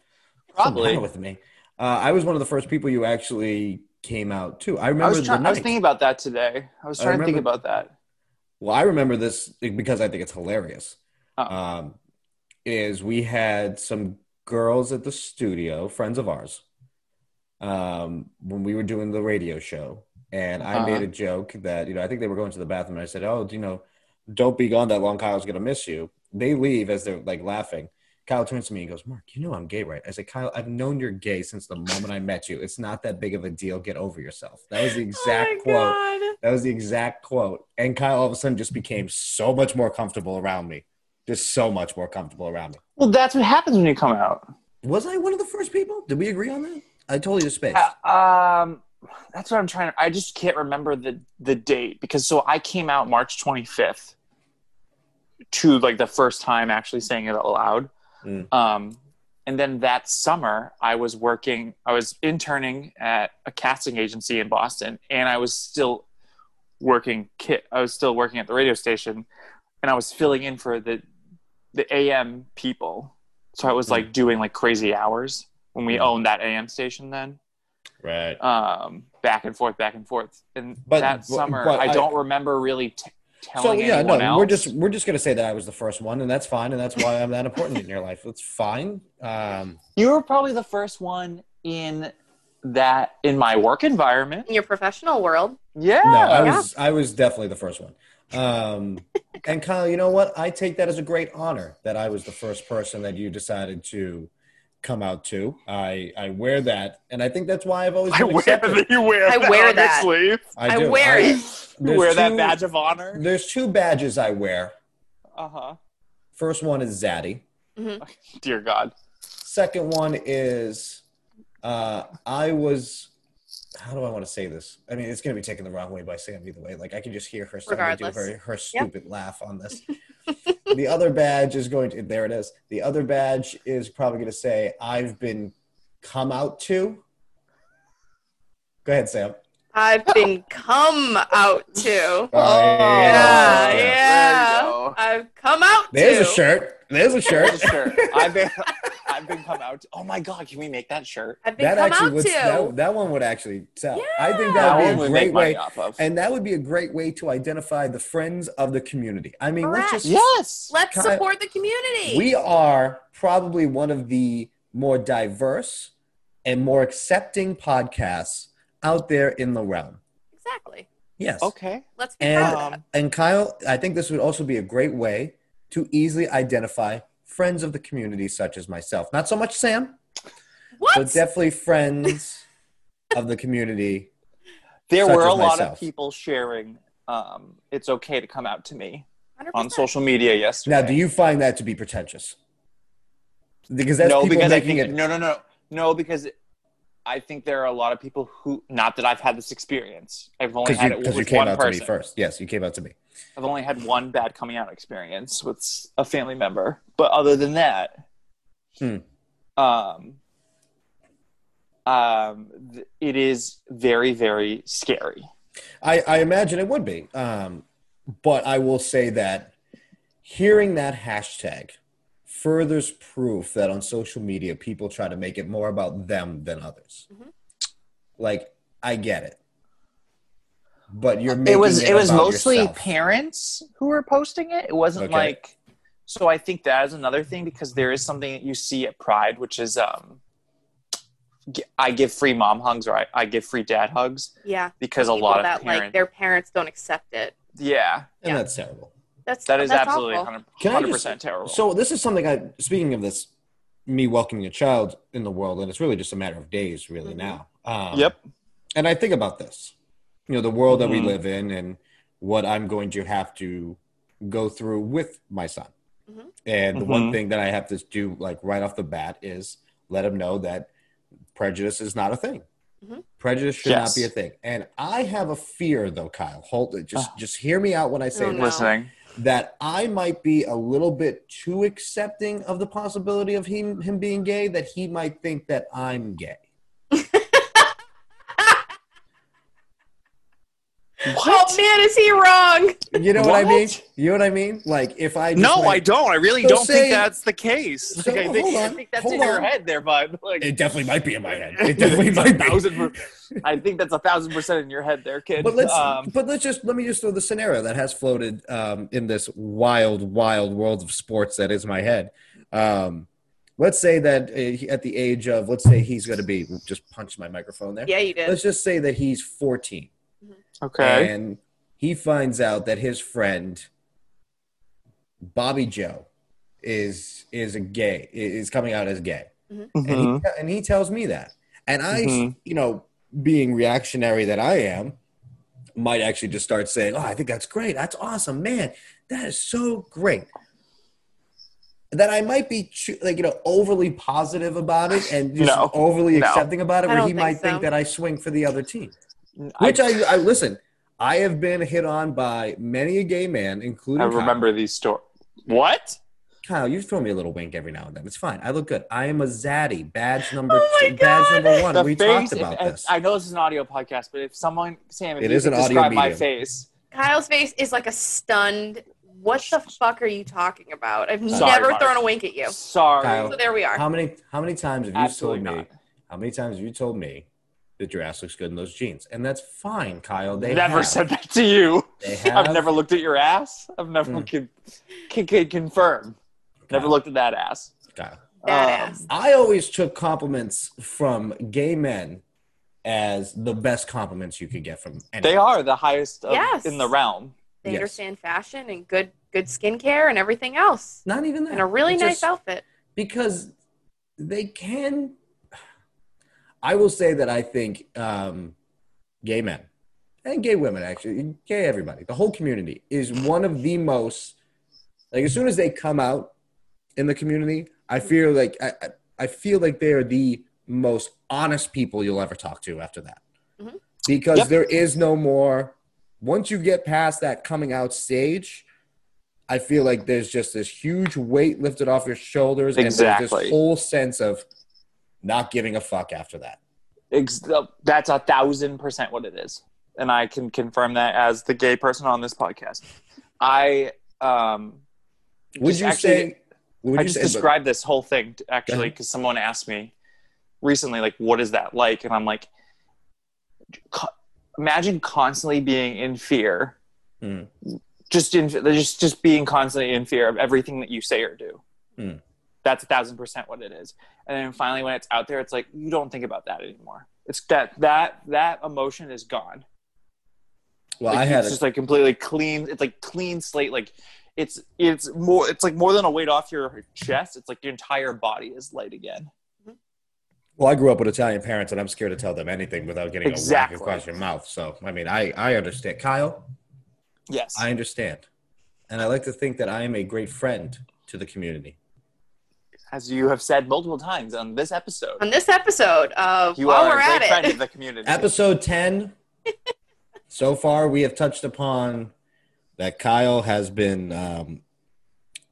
Speaker 2: probably
Speaker 1: matter with me. Uh, I was one of the first people you actually came out to. I
Speaker 2: I,
Speaker 1: remember
Speaker 2: was
Speaker 1: the
Speaker 2: trying,
Speaker 1: night.
Speaker 2: I was thinking about that today i was
Speaker 1: I
Speaker 2: trying to think
Speaker 1: remember-
Speaker 2: about that
Speaker 1: well, I remember this because I think it's hilarious.
Speaker 3: Oh.
Speaker 2: Uh-oh.
Speaker 1: Um, is we had some girls at the studio, friends of ours, um, when we were doing the radio show, and I
Speaker 2: Uh-huh.
Speaker 1: made a joke that you know I think they were going to the bathroom, and I said, "Oh, you know, don't be gone that long. Kyle's gonna miss you." They leave as they're like laughing. Kyle turns to me and goes, Mark, you know I'm gay, right? I said, Kyle, I've known you're gay since the moment I met you. It's not that big of a deal. Get over yourself. That was the exact
Speaker 3: oh my
Speaker 1: quote.
Speaker 3: God.
Speaker 1: That was the exact quote. And Kyle all of a sudden just became so much more comfortable around me. Just so much more comfortable around me.
Speaker 2: Well, that's what happens when you come out.
Speaker 1: Was I one of the first people? Did we agree on that? I totally just spaced.
Speaker 2: Uh, um, that's what I'm trying to. I just can't remember the the date because so I came out March 25th to like the first time actually saying it out loud.
Speaker 1: Mm.
Speaker 2: Um, and then that summer, I was working. I was interning at a casting agency in Boston, and I was still working. Kit, I was still working at the radio station, and I was filling in for the the AM people. So I was like doing like crazy hours when we
Speaker 1: Mm.
Speaker 2: owned that AM station then
Speaker 1: Right.
Speaker 2: um, back and forth, back and forth. And
Speaker 1: But-
Speaker 2: that
Speaker 1: but-
Speaker 2: summer,
Speaker 1: but
Speaker 2: I,
Speaker 1: I-
Speaker 2: don't remember really t-
Speaker 1: So
Speaker 2: telling
Speaker 1: yeah, no,
Speaker 2: anyone else.
Speaker 1: we're just we're just gonna say that I was the first one, and that's fine, and that's why I'm that important in your life. That's fine. Um,
Speaker 2: you were probably the first one in that in my work environment.
Speaker 3: In your professional world,
Speaker 2: Yeah,
Speaker 1: no, I
Speaker 3: yeah.
Speaker 1: was I was definitely the first one. Um, and Kyle, you know what? I take that as a great honor that I was the first person that you decided to come out to. I I wear that, and I think that's why I've always
Speaker 2: I
Speaker 1: been
Speaker 2: wear
Speaker 1: accepted.
Speaker 2: that. You wear.
Speaker 3: I
Speaker 2: that
Speaker 3: wear
Speaker 2: on
Speaker 3: that.
Speaker 2: Your sleeve.
Speaker 3: I,
Speaker 1: do.
Speaker 3: wear
Speaker 1: I-
Speaker 3: it.
Speaker 2: You
Speaker 1: there's
Speaker 2: wear that
Speaker 1: two-
Speaker 2: badge of honor.
Speaker 1: There's two badges I wear.
Speaker 2: Uh huh.
Speaker 1: First one is Zaddy.
Speaker 2: Dear God.
Speaker 1: Second one is uh, I was. How do I want to say this? I mean, it's going to be taken the wrong way by Sam either way. Like I can just hear her starting to do
Speaker 3: Regardless.
Speaker 1: her, her stupid laugh on this. the other badge is going to. There it is. The other badge is probably going to say I've been come out to. Go ahead, Sam.
Speaker 3: I've
Speaker 1: Oh.
Speaker 3: been come out to.
Speaker 1: yeah.
Speaker 3: Oh, Yeah, yeah. I've come out
Speaker 1: There's
Speaker 3: to.
Speaker 1: a shirt. There's a
Speaker 2: There you go.
Speaker 1: shirt.
Speaker 2: Sure. I've been. I've been come out. Oh my God! Can we make that shirt?
Speaker 3: I've been
Speaker 1: That
Speaker 3: come
Speaker 1: actually
Speaker 3: out
Speaker 1: would.
Speaker 3: to.
Speaker 1: That, that one would actually sell. I think
Speaker 3: Yeah.
Speaker 1: that would
Speaker 2: one
Speaker 1: be a
Speaker 2: we
Speaker 1: great
Speaker 2: make money
Speaker 1: way.
Speaker 2: off of.
Speaker 1: And that would be a great way to identify the friends of the community. I mean, let's just
Speaker 2: yes.
Speaker 3: Let's
Speaker 1: Kyle-
Speaker 3: support the community.
Speaker 1: we are probably one of the more diverse and more accepting podcasts out there in the realm.
Speaker 3: exactly.
Speaker 1: Yes.
Speaker 2: Okay. Um,
Speaker 3: Let's be proud of that.
Speaker 1: And and Kyle, I think this would also be a great way to easily identify friends of the community such as myself. Not so much Sam,
Speaker 3: What?
Speaker 1: but definitely friends of the community.
Speaker 2: there
Speaker 1: such
Speaker 2: were a
Speaker 1: as
Speaker 2: lot
Speaker 1: myself.
Speaker 2: of people sharing um, it's okay to come out to me
Speaker 3: 100%.
Speaker 2: on social media yesterday
Speaker 1: Now, do you find that to be pretentious? Because that's
Speaker 2: no
Speaker 1: people
Speaker 2: because i
Speaker 1: making
Speaker 2: think
Speaker 1: it
Speaker 2: no no no no because i think there are a lot of people who not that i've had this experience i've only
Speaker 1: because
Speaker 2: had
Speaker 1: you,
Speaker 2: it
Speaker 1: 'cause
Speaker 2: with
Speaker 1: you came
Speaker 2: one
Speaker 1: out
Speaker 2: person
Speaker 1: to me first. Yes, you came out to me.
Speaker 2: i've only had one bad coming out experience with s- a family member but other than that
Speaker 1: Hmm.
Speaker 2: um um th- it is very very scary
Speaker 1: I, I imagine it would be. Um, but I will say that hearing that hashtag furthers proof that on social media, people try to make it more about them than others.
Speaker 2: Mm-hmm.
Speaker 3: Mhm.
Speaker 1: Like, I get it. But you're making
Speaker 2: it was it was
Speaker 1: about
Speaker 2: mostly
Speaker 1: yourself.
Speaker 2: parents who were posting it it wasn't
Speaker 1: Okay.
Speaker 2: like so i think that is another thing because there is something that you see at pride which is um g- i give free mom hugs or i, I give free dad hugs
Speaker 3: yeah.
Speaker 2: because a
Speaker 3: people
Speaker 2: lot of
Speaker 3: that like
Speaker 2: parents
Speaker 3: their parents don't accept it.
Speaker 2: yeah
Speaker 1: And
Speaker 3: yeah.
Speaker 1: that's terrible.
Speaker 3: That's
Speaker 2: that is
Speaker 3: Oh, that's
Speaker 2: absolutely
Speaker 3: awful.
Speaker 2: 100,
Speaker 1: Can I
Speaker 2: 100%
Speaker 1: just-
Speaker 2: terrible
Speaker 1: So this is something I speaking of this, me welcoming a child in the world, and it's really just a matter of days, really
Speaker 3: Mhm.
Speaker 1: now. Um,
Speaker 2: Yep.
Speaker 3: Oh.
Speaker 1: And I think about this, you know, the world that we
Speaker 3: Mm-hmm.
Speaker 2: Mhm.
Speaker 1: live in, and what I'm going to have to go through with my son.
Speaker 3: Mhm.
Speaker 1: And the one
Speaker 2: Mhm.
Speaker 1: thing that I have to do, like right off the bat, is let him know that prejudice is not a thing.
Speaker 3: Mhm.
Speaker 1: Prejudice should
Speaker 2: Yes.
Speaker 1: not be a thing. And I have a fear, though, Kyle. Hold it. Just,
Speaker 2: Ah.
Speaker 1: just hear me out when I say
Speaker 3: Oh,
Speaker 1: this
Speaker 3: no.
Speaker 2: listening
Speaker 1: that I might be a little bit too accepting of the possibility of him him being gay that he might think that I'm gay.
Speaker 3: Oh man, is he wrong?
Speaker 1: You know what, I mean?
Speaker 2: What?
Speaker 1: You know what I mean? Like if I just,
Speaker 2: no i
Speaker 1: like-
Speaker 2: don't i really
Speaker 1: So
Speaker 2: don't
Speaker 1: say-
Speaker 2: think that's the case
Speaker 1: So,
Speaker 2: Like, I, think,
Speaker 1: hold on,
Speaker 2: I think that's
Speaker 1: hold
Speaker 2: in your
Speaker 1: on.
Speaker 2: head there bud like
Speaker 1: It definitely might be in my head. It definitely might be.
Speaker 2: thousand per- i think that's a thousand percent in your head there kid
Speaker 1: But let's
Speaker 2: um,
Speaker 1: but let's just let me just throw the scenario that has floated um, in this wild, wild world of sports that is my head. Um, let's say that uh, he- at the age of let's say he's going to be just punched my microphone there.
Speaker 3: Yeah, you did.
Speaker 1: Let's just say that he's 14.
Speaker 2: okay
Speaker 1: And he finds out that his friend, Bobby Joe, is is a gay is coming out as gay,
Speaker 2: Mhm.
Speaker 1: and, he, and he tells me that, and I,
Speaker 2: Mhm.
Speaker 1: you know, being reactionary that I am, might actually just start saying, "Oh, I think that's great. That's awesome, man. That is so great." That I might be cho- like you know overly positive about it and just
Speaker 2: No.
Speaker 1: overly
Speaker 2: No.
Speaker 1: accepting about it,
Speaker 3: I
Speaker 1: where
Speaker 3: don't
Speaker 1: he
Speaker 3: think
Speaker 1: might
Speaker 3: so.
Speaker 1: think that I swing for the other team.
Speaker 2: I,
Speaker 1: Which I, I listen. I have been hit on by many a gay man, including
Speaker 2: I
Speaker 1: Kyle.
Speaker 2: remember these stories. What?
Speaker 1: Kyle, you throw me a little wink every now and then. It's fine. I look good. I am a zaddy. Badge number
Speaker 3: Oh my
Speaker 1: two, badge
Speaker 3: God.
Speaker 1: number one. we
Speaker 2: face-
Speaker 1: talked about
Speaker 2: if-
Speaker 1: this.
Speaker 2: I know this is an audio podcast, but if someone, Sam, if
Speaker 1: It
Speaker 2: you
Speaker 1: is
Speaker 2: could
Speaker 1: an audio
Speaker 2: describe my
Speaker 1: medium.
Speaker 2: face,
Speaker 3: Kyle's face is like a stunned. What the fuck are you talking about? I've
Speaker 2: Sorry,
Speaker 3: never
Speaker 2: Mark.
Speaker 3: thrown a wink at you.
Speaker 2: sorry,
Speaker 1: Kyle.
Speaker 3: So there we are.
Speaker 1: how many how many times have you
Speaker 2: absolutely
Speaker 1: told me
Speaker 2: not.
Speaker 1: how many times have you told me that your ass looks good in those jeans? And that's fine, Kyle. They
Speaker 2: Never
Speaker 1: have.
Speaker 2: said that to you.
Speaker 1: they have.
Speaker 2: I've never looked at your ass. I've never
Speaker 1: Mm.
Speaker 2: can, can, can confirm. Never
Speaker 1: Kyle,
Speaker 2: looked at that ass.
Speaker 1: Kyle.
Speaker 3: That
Speaker 2: Um,
Speaker 3: ass.
Speaker 1: I always took compliments from gay men as the best compliments you could get from anyone.
Speaker 2: They are the highest of,
Speaker 3: Yes.
Speaker 2: in the realm.
Speaker 3: They
Speaker 1: yes.
Speaker 3: understand fashion and good good skincare and everything else,
Speaker 1: Not even that.
Speaker 3: and a really
Speaker 1: It's
Speaker 3: nice
Speaker 1: just-
Speaker 3: outfit.
Speaker 1: because they can i will say that i think um, gay men and gay women actually gay everybody the whole community is one of the most like as soon as they come out in the community i feel like i, I- I feel like they are the most honest people you'll ever talk to after that
Speaker 3: Mhm.
Speaker 1: because
Speaker 2: Mm-hmm. Yep.
Speaker 1: there is no more once you get past that coming out stage I feel like there's just this huge weight lifted off your shoulders, and there's
Speaker 2: Exactly.
Speaker 1: this whole sense of not giving a fuck after that.
Speaker 2: Ex- that's a thousand percent what it is, and I can confirm that as the gay person on this podcast. I um,
Speaker 1: Would
Speaker 2: Just
Speaker 1: you
Speaker 2: actually-
Speaker 1: say? Would
Speaker 2: I
Speaker 1: you
Speaker 2: just
Speaker 1: say,
Speaker 2: described this whole thing t- actually
Speaker 1: ahead.
Speaker 2: because someone asked me recently, like, what is that like? And I'm like, co- imagine constantly being in fear,
Speaker 1: Hmm.
Speaker 2: just in just just being constantly in fear of everything that you say or do.
Speaker 1: Hmm.
Speaker 2: That's a thousand percent what it is. And then finally, when it's out there, it's like you don't think about that anymore. It's that that that emotion is gone.
Speaker 1: Well,
Speaker 2: Like,
Speaker 1: I had
Speaker 2: it's
Speaker 1: a,
Speaker 2: just like completely clean. It's like clean slate. Like it's it's more. It's like more than a weight off your chest. It's like your entire body is light again.
Speaker 1: well, I grew up with Italian parents, and I'm scared to tell them anything without getting
Speaker 2: Exactly.
Speaker 1: a whack across your mouth. So, I mean, I I understand, Kyle.
Speaker 2: Yes.
Speaker 1: I understand, and I like to think that I am a great friend to the community.
Speaker 2: As you have said multiple times on this episode,
Speaker 3: On this episode of
Speaker 2: you
Speaker 3: while
Speaker 2: are
Speaker 3: we're
Speaker 2: a
Speaker 3: at
Speaker 2: great friend
Speaker 3: it,
Speaker 2: of the community.
Speaker 1: Episode ten. so far, we have touched upon that Kyle has been um,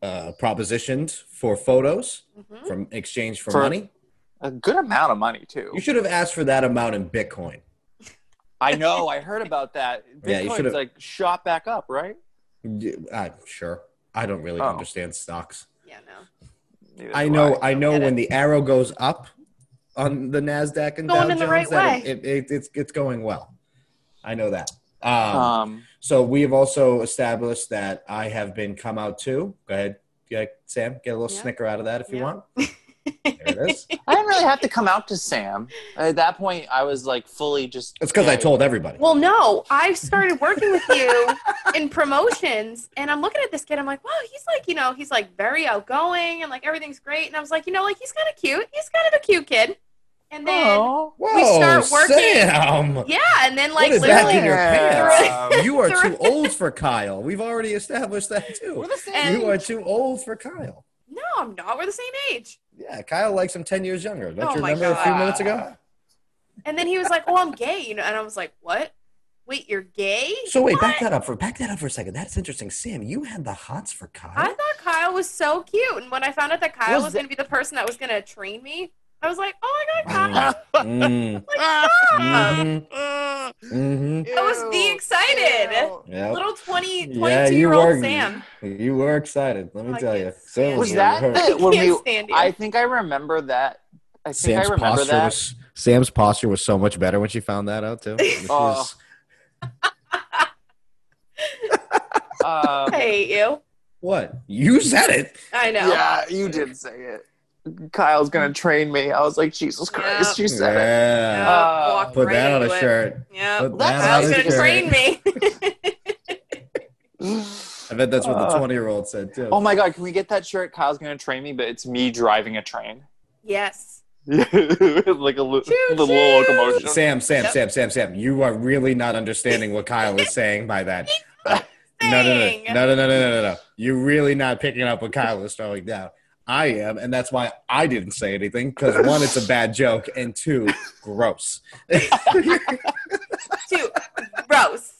Speaker 1: uh, propositioned for photos.
Speaker 3: Mhm.
Speaker 1: from exchange for,
Speaker 2: Mm-hmm. For-
Speaker 1: money.
Speaker 2: a good amount of money too.
Speaker 1: You should have asked for that amount in Bitcoin.
Speaker 2: I know. I heard about that. Bitcoin's
Speaker 1: Yeah, you should've-
Speaker 2: like shot back up, right?
Speaker 1: Y- I'm sure. I don't really
Speaker 2: Oh.
Speaker 1: understand stocks.
Speaker 3: yeah, no,
Speaker 2: Neither
Speaker 1: I
Speaker 2: do
Speaker 1: know. I, know
Speaker 3: Get
Speaker 1: when the arrow goes up on the Nasdaq and Dow
Speaker 3: Going in the
Speaker 1: Jones,
Speaker 3: right
Speaker 1: that
Speaker 3: way.
Speaker 1: It, it, it's it's going well. I know that. Um,
Speaker 2: Um,
Speaker 1: so we have also established that I have been come out too. Go ahead, yeah, Sam. Get a little
Speaker 3: Yeah.
Speaker 1: snicker out of that if you
Speaker 3: Yeah.
Speaker 1: want. There it is.
Speaker 2: I didn't really have to come out to Sam at that point. I was like fully just.
Speaker 1: That's because I
Speaker 2: gay.
Speaker 1: told everybody.
Speaker 3: Well, no, I started working with you in promotions, and I'm looking at this kid. I'm like, wow, he's like, you know, he's like very outgoing, and like everything's great. And I was like, you know, like he's kind of cute. He's kind of a cute kid. And then,
Speaker 2: Aw.
Speaker 1: Whoa,
Speaker 3: start working-
Speaker 1: Sam.
Speaker 3: yeah, and then like
Speaker 1: what is that
Speaker 3: literally,
Speaker 1: in your
Speaker 2: Yeah.
Speaker 1: pants? you are
Speaker 3: Through-
Speaker 1: too old for Kyle. We've already established that
Speaker 2: We're
Speaker 1: too.
Speaker 2: the same.
Speaker 3: And-
Speaker 1: You are too old for Kyle.
Speaker 3: no, I'm not. We're the same age.
Speaker 1: Yeah, Kyle likes him ten years younger. Don't
Speaker 3: Oh
Speaker 1: you
Speaker 3: my
Speaker 1: remember a few
Speaker 2: God.
Speaker 1: minutes ago?
Speaker 3: And then he was like, oh, I'm gay, you know. And I was like, what? Wait, you're gay?
Speaker 1: So wait, back
Speaker 3: What?
Speaker 1: that up for back that up for a second. That's interesting, Sam. You had the hots for
Speaker 3: I
Speaker 1: Kyle.
Speaker 3: thought Kyle was so cute, and when I found out that Kyle
Speaker 2: Was
Speaker 3: was,
Speaker 2: that-
Speaker 3: going to be the person that was going to train me, I was like, oh my god, Kyle!
Speaker 1: Mm, mm,
Speaker 3: Stop!
Speaker 1: mhm, mhm.
Speaker 3: I was the excited.
Speaker 1: Yep.
Speaker 3: Little 20, 22
Speaker 1: Yeah, you
Speaker 3: year old
Speaker 1: were-
Speaker 3: Sam.
Speaker 1: You were excited. Let me
Speaker 3: I
Speaker 1: tell
Speaker 3: can't
Speaker 1: you.
Speaker 3: stand
Speaker 1: Sam
Speaker 2: Was
Speaker 1: was
Speaker 2: that
Speaker 1: hurt.
Speaker 2: the, when
Speaker 3: Can't
Speaker 2: we?
Speaker 3: stand you.
Speaker 2: I think I remember that. I think I remember that.
Speaker 1: was Sam's posture was so much better when she found that out too. This
Speaker 2: Oh.
Speaker 1: was-
Speaker 2: Um,
Speaker 3: I hate you.
Speaker 1: what you said it.
Speaker 3: I know.
Speaker 2: Yeah, you did say it. Kyle's gonna train me. I was like, Jesus Christ, you said it.
Speaker 3: Uh,
Speaker 1: Yeah.
Speaker 2: Uh,
Speaker 3: walked
Speaker 1: Put
Speaker 3: right
Speaker 1: that on a
Speaker 3: into it.
Speaker 1: shirt.
Speaker 3: Yeah.
Speaker 1: Put
Speaker 2: that
Speaker 3: Kyle's
Speaker 2: on a
Speaker 3: going to
Speaker 2: shirt.
Speaker 3: train me.
Speaker 1: I bet that's what the
Speaker 2: Uh.
Speaker 1: 20 year old said too.
Speaker 2: Oh my god, can we get that shirt? Kyle's gonna train me, but it's me driving a train.
Speaker 3: Yes.
Speaker 2: like a lo-
Speaker 3: Choo-choo!
Speaker 2: the little locomotion.
Speaker 1: Sam, Sam,
Speaker 3: Yep.
Speaker 1: Sam, Sam, Sam, you are really not understanding what Kyle is saying by that. Uh, No, no, no,
Speaker 3: saying.
Speaker 1: no, no, no, no, no, no, no. You're really not picking up what Kyle is throwing down. I am, and that's why I didn't say anything because one, it's a bad joke, and two, gross.
Speaker 3: Two. Gross.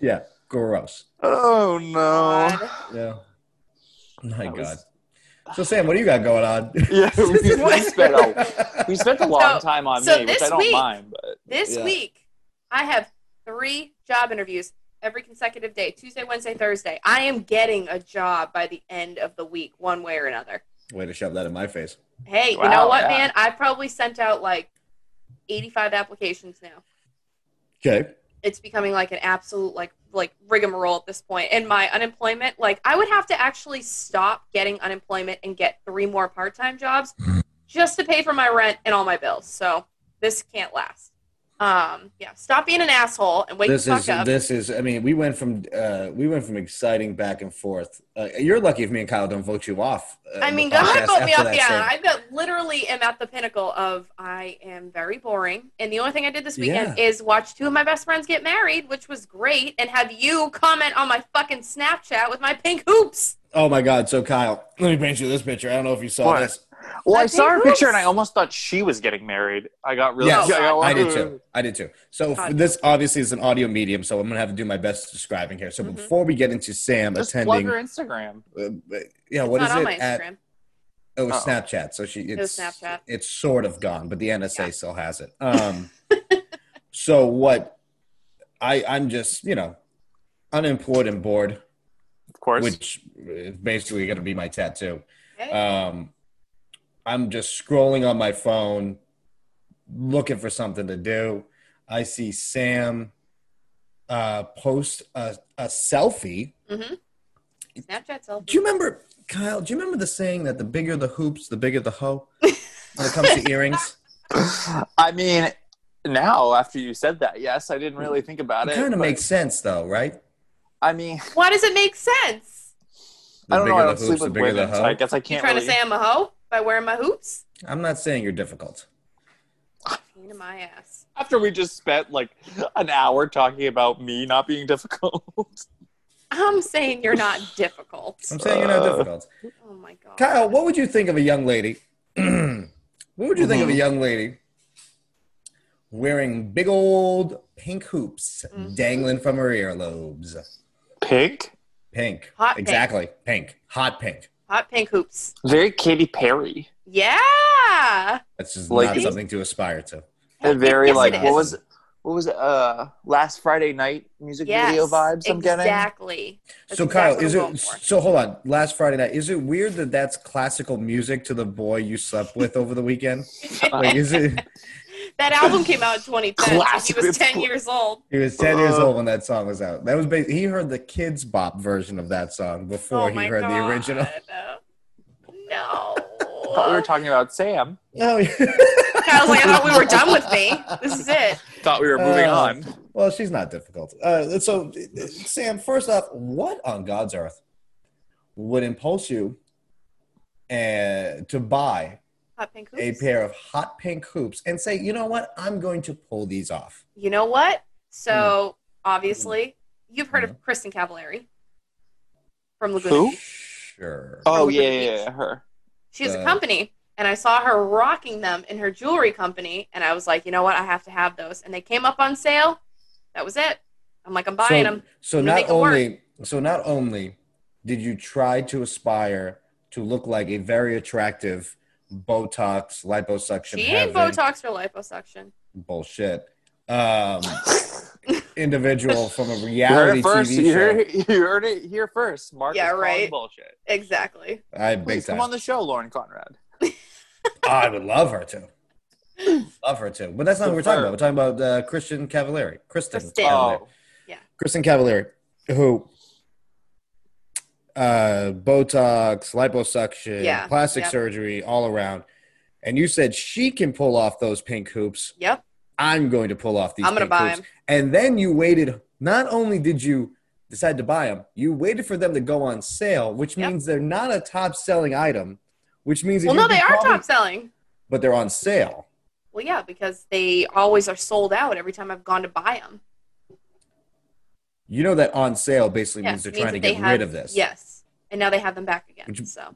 Speaker 1: Yeah, gross.
Speaker 2: Oh no.
Speaker 3: God.
Speaker 1: Yeah. My
Speaker 2: That was-
Speaker 1: God. So, Sam, what do you got going on?
Speaker 2: Yeah, we, we spent a we spent a long
Speaker 3: So-
Speaker 2: time on
Speaker 3: so
Speaker 2: me, which
Speaker 3: this
Speaker 2: I don't
Speaker 3: week-
Speaker 2: mind. But
Speaker 3: This
Speaker 1: Yeah.
Speaker 3: week, I have three job interviews every consecutive day Tuesday, Wednesday, Thursday. I am getting a job by the end of the week, one way or another.
Speaker 1: Way to shove that in my face.
Speaker 3: Hey, you
Speaker 2: Wow,
Speaker 3: know what,
Speaker 2: yeah.
Speaker 3: man? I've probably sent out like 85 applications now.
Speaker 1: Okay.
Speaker 3: It's becoming like an absolute like like rigmarole at this point. And my unemployment, like I would have to actually stop getting unemployment and get three more part-time jobs just to pay for my rent and all my bills. So this can't last. Um, yeah, stop being an asshole and wake
Speaker 1: this
Speaker 3: the fuck
Speaker 1: is
Speaker 3: up.
Speaker 1: this is i mean we went from uh we went from exciting back and forth uh, you're lucky if me and kyle don't vote you off uh,
Speaker 3: I
Speaker 1: the
Speaker 3: mean, go ahead,
Speaker 1: podcast
Speaker 3: vote me
Speaker 1: after
Speaker 3: up.
Speaker 1: that
Speaker 3: Yeah,
Speaker 1: same-
Speaker 3: I bet literally am at the pinnacle of I am very boring. And the only thing I did this weekend is watch two of my best friends get married, which was great, and have you comment on my fucking Snapchat with my pink hoops.
Speaker 1: oh my god so kyle let me paint you this picture i don't know if you saw
Speaker 2: What?
Speaker 1: this
Speaker 2: well, I
Speaker 3: That
Speaker 2: saw her
Speaker 3: big
Speaker 2: picture and I
Speaker 3: house.
Speaker 2: almost thought she was getting married. I got really
Speaker 1: Yes,
Speaker 2: got-
Speaker 1: i did too i did too so f-
Speaker 3: God.
Speaker 1: this obviously is an audio medium so i'm gonna have to do my best describing here so
Speaker 3: Mhm.
Speaker 1: before we get into sam
Speaker 2: Just plug
Speaker 1: attending
Speaker 2: her Instagram.
Speaker 1: uh, uh, yeah
Speaker 3: It's
Speaker 1: what
Speaker 3: not
Speaker 1: is
Speaker 3: on
Speaker 1: it
Speaker 3: my
Speaker 1: at
Speaker 3: Instagram.
Speaker 1: Oh, it's
Speaker 2: Oh.
Speaker 1: Snapchat. So she it's
Speaker 3: was Snapchat.
Speaker 1: It's sort of gone, but the NSA
Speaker 3: Yeah.
Speaker 1: still has it. Um, so what? I I'm just you know unemployed and bored,
Speaker 2: Of course.
Speaker 1: which is basically going to be my tattoo.
Speaker 3: Hey,
Speaker 1: Um, I'm just scrolling on my phone, looking for something to do. I see Sam uh, post a, a selfie.
Speaker 3: Mm-hmm. Snapchat selfie.
Speaker 1: Do you remember, Kyle? Do you remember the saying that the bigger the hoops, the bigger the hoe? When it comes to earrings.
Speaker 2: I mean, now after you said that, yes, I didn't really think about it.
Speaker 1: It kind of
Speaker 2: but-
Speaker 1: makes sense, though, right?
Speaker 2: I mean,
Speaker 3: Why does it make sense?
Speaker 1: The
Speaker 2: I don't know.
Speaker 1: bigger the
Speaker 2: I don't sleep
Speaker 1: hoops, the
Speaker 2: with
Speaker 1: bigger the
Speaker 2: women, so
Speaker 1: hoe.
Speaker 2: I guess I
Speaker 3: You
Speaker 2: can't
Speaker 3: trying
Speaker 2: really.
Speaker 3: to say I'm a hoe by wearing my hoops?
Speaker 1: I'm not saying you're difficult.
Speaker 3: Pain in my ass.
Speaker 2: After we just spent like an hour talking about me not being difficult.
Speaker 3: I'm saying you're not difficult.
Speaker 1: I'm saying you're not
Speaker 2: Uh,
Speaker 1: difficult.
Speaker 3: Oh my god.
Speaker 1: Kyle, what would you think of a young lady? what would you think of a
Speaker 3: Mm-hmm.
Speaker 2: Mhm.
Speaker 1: young lady wearing big old pink hoops
Speaker 3: Mhm.
Speaker 1: dangling from her earlobes?
Speaker 2: Pink?
Speaker 1: Pink.
Speaker 3: Hot pink.
Speaker 1: exactly. Pink. Hot pink.
Speaker 3: Hot pink hoops.
Speaker 2: Very Katy Perry.
Speaker 3: Yeah.
Speaker 1: That's just
Speaker 2: Like-
Speaker 1: not something to aspire to.
Speaker 2: And very
Speaker 3: Yes,
Speaker 2: like
Speaker 3: it
Speaker 2: what
Speaker 1: is.
Speaker 2: was what was uh last Friday night music video vibes I'm getting.
Speaker 3: Exactly. That's
Speaker 1: so
Speaker 3: exactly
Speaker 1: Kyle,
Speaker 3: what
Speaker 1: is
Speaker 3: I'm going
Speaker 1: it?
Speaker 3: for.
Speaker 1: So hold on. Last Friday night, is it weird that that's classical music to the boy you slept with over the weekend? Like, is it?
Speaker 3: that album came out in 2010.
Speaker 2: Classic.
Speaker 3: He was
Speaker 2: It's
Speaker 3: 10
Speaker 2: cla-
Speaker 3: years old.
Speaker 1: He was 10 years
Speaker 2: Uh.
Speaker 1: old when that song was out. That was ba- he heard the kids bop version of that song before
Speaker 3: oh
Speaker 1: he
Speaker 3: my
Speaker 1: heard
Speaker 3: God.
Speaker 1: the original.
Speaker 3: No.
Speaker 2: I thought we were talking about Sam.
Speaker 1: Oh, yeah.
Speaker 3: Kyle's like, I thought we were done with me. This is it.
Speaker 2: Thought we were
Speaker 1: moving
Speaker 2: moving
Speaker 1: Uh, on.
Speaker 2: on.
Speaker 1: well, she's not difficult. Uh, so, uh, Sam, first off, what on God's earth would impulse you uh, to buy
Speaker 3: Hot pink
Speaker 1: a
Speaker 3: hoops.
Speaker 1: pair of hot pink hoops and say, you know what, I'm going to pull these off?
Speaker 3: You know what? So,
Speaker 1: Hmm.
Speaker 3: obviously, you've heard of Kristen Cavallari from Laguna
Speaker 2: Who?
Speaker 3: Beach.
Speaker 1: Sure.
Speaker 2: Oh
Speaker 3: Laguna
Speaker 2: yeah, yeah,
Speaker 3: Beach.
Speaker 2: yeah, her.
Speaker 3: She has
Speaker 1: Uh,
Speaker 3: a company, and I saw her rocking them in her jewelry company, and I was like, you know what? I have to have those. And they came up on sale. That was it. I'm like, I'm buying
Speaker 1: so,
Speaker 3: them.
Speaker 1: So
Speaker 3: I'm gonna
Speaker 1: not
Speaker 3: make it work.
Speaker 1: only so not only did you try to aspire to look like a very attractive Botox liposuction
Speaker 3: She
Speaker 1: heaven
Speaker 3: ain't Botox or liposuction.
Speaker 1: bullshit um, individual from a
Speaker 2: You heard
Speaker 1: reality
Speaker 2: it first.
Speaker 1: TV
Speaker 2: You heard,
Speaker 1: show.
Speaker 2: it, you heard it here first. Mark
Speaker 3: Yeah,
Speaker 2: is calling
Speaker 3: right.
Speaker 2: bullshit.
Speaker 3: Exactly.
Speaker 1: I big
Speaker 2: Please
Speaker 1: time.
Speaker 2: come on the show, Lauren Conrad.
Speaker 1: I would love her to. Love her too, but that's not what we're talking about. We're talking about uh, Christian Cavallari, Kristen,
Speaker 3: Kristen.
Speaker 1: Cavallari.
Speaker 2: Oh,
Speaker 1: Kristen Cavallari, who uh Botox, liposuction,
Speaker 3: Yeah,
Speaker 1: plastic
Speaker 3: yeah.
Speaker 1: surgery, all around. And you said she can pull off those pink hoops.
Speaker 3: Yep.
Speaker 1: I'm going to pull off these.
Speaker 3: I'm gonna
Speaker 1: pink
Speaker 3: buy
Speaker 1: hoops.
Speaker 3: them.
Speaker 1: And then you waited. Not only did you decide to buy them. You waited for them to go on sale, which
Speaker 3: Yep.
Speaker 1: means they're not a top selling item, which means that
Speaker 3: Well,
Speaker 1: you
Speaker 3: no,
Speaker 1: could
Speaker 3: they are
Speaker 1: probably-
Speaker 3: top selling.
Speaker 1: but they're on sale.
Speaker 3: Well, yeah, because they always are sold out every time I've gone to buy them.
Speaker 1: You know that on sale basically
Speaker 3: Yeah,
Speaker 1: means they're
Speaker 3: means
Speaker 1: trying to
Speaker 3: that they
Speaker 1: get
Speaker 3: have-
Speaker 1: rid of this.
Speaker 3: Yes, and now they have them back again.
Speaker 1: Would you-
Speaker 3: so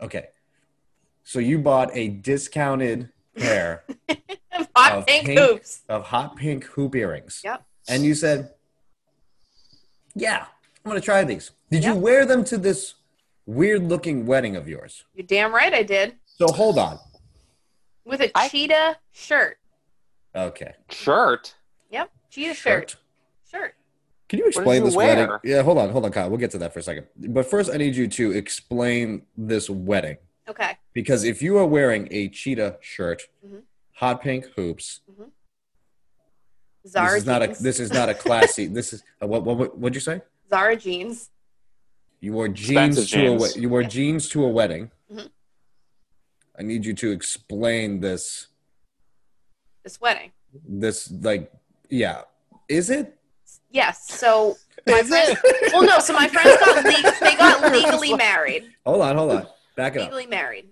Speaker 1: Okay. So you bought a discounted pair
Speaker 3: hot
Speaker 1: Of
Speaker 3: pink,
Speaker 1: pink.
Speaker 3: hoops.
Speaker 1: of hot pink hoop earrings.
Speaker 3: Yep.
Speaker 1: And you said, Yeah, I'm going to try these. Did you
Speaker 3: Yep.
Speaker 1: wear them to this weird looking wedding of yours?
Speaker 3: You're damn right I did
Speaker 1: So hold on.
Speaker 3: with a
Speaker 2: I-
Speaker 3: cheetah shirt.
Speaker 1: Okay.
Speaker 2: Shirt.
Speaker 3: Yep, cheetah shirt. Shirt.
Speaker 1: Can you explain
Speaker 2: you
Speaker 1: this wedding?
Speaker 2: wear?
Speaker 1: Yeah, hold on, hold on, Kyle. We'll get to that for a second. But first, I need you to explain this wedding
Speaker 3: Okay.
Speaker 1: because if you are wearing a cheetah shirt,
Speaker 3: Mhm.
Speaker 1: hot pink hoops,
Speaker 3: Zara
Speaker 1: this is
Speaker 3: jeans.
Speaker 1: not a this is not a classy. this is uh, what what what'd you say?
Speaker 3: Zara jeans.
Speaker 1: You wore jeans
Speaker 2: Expensive
Speaker 1: to a
Speaker 2: jeans.
Speaker 1: we- you wore
Speaker 3: Yeah.
Speaker 1: jeans to a wedding.
Speaker 3: Mhm.
Speaker 1: I need you to explain this
Speaker 3: This wedding.
Speaker 1: this like yeah. Is it?
Speaker 3: Yes. So my
Speaker 1: Is
Speaker 3: friends.
Speaker 1: it?
Speaker 3: Well, no. So my friends got le- they got legally
Speaker 1: Like-
Speaker 3: married.
Speaker 1: Hold on, hold on. Back it up.
Speaker 3: Legally married.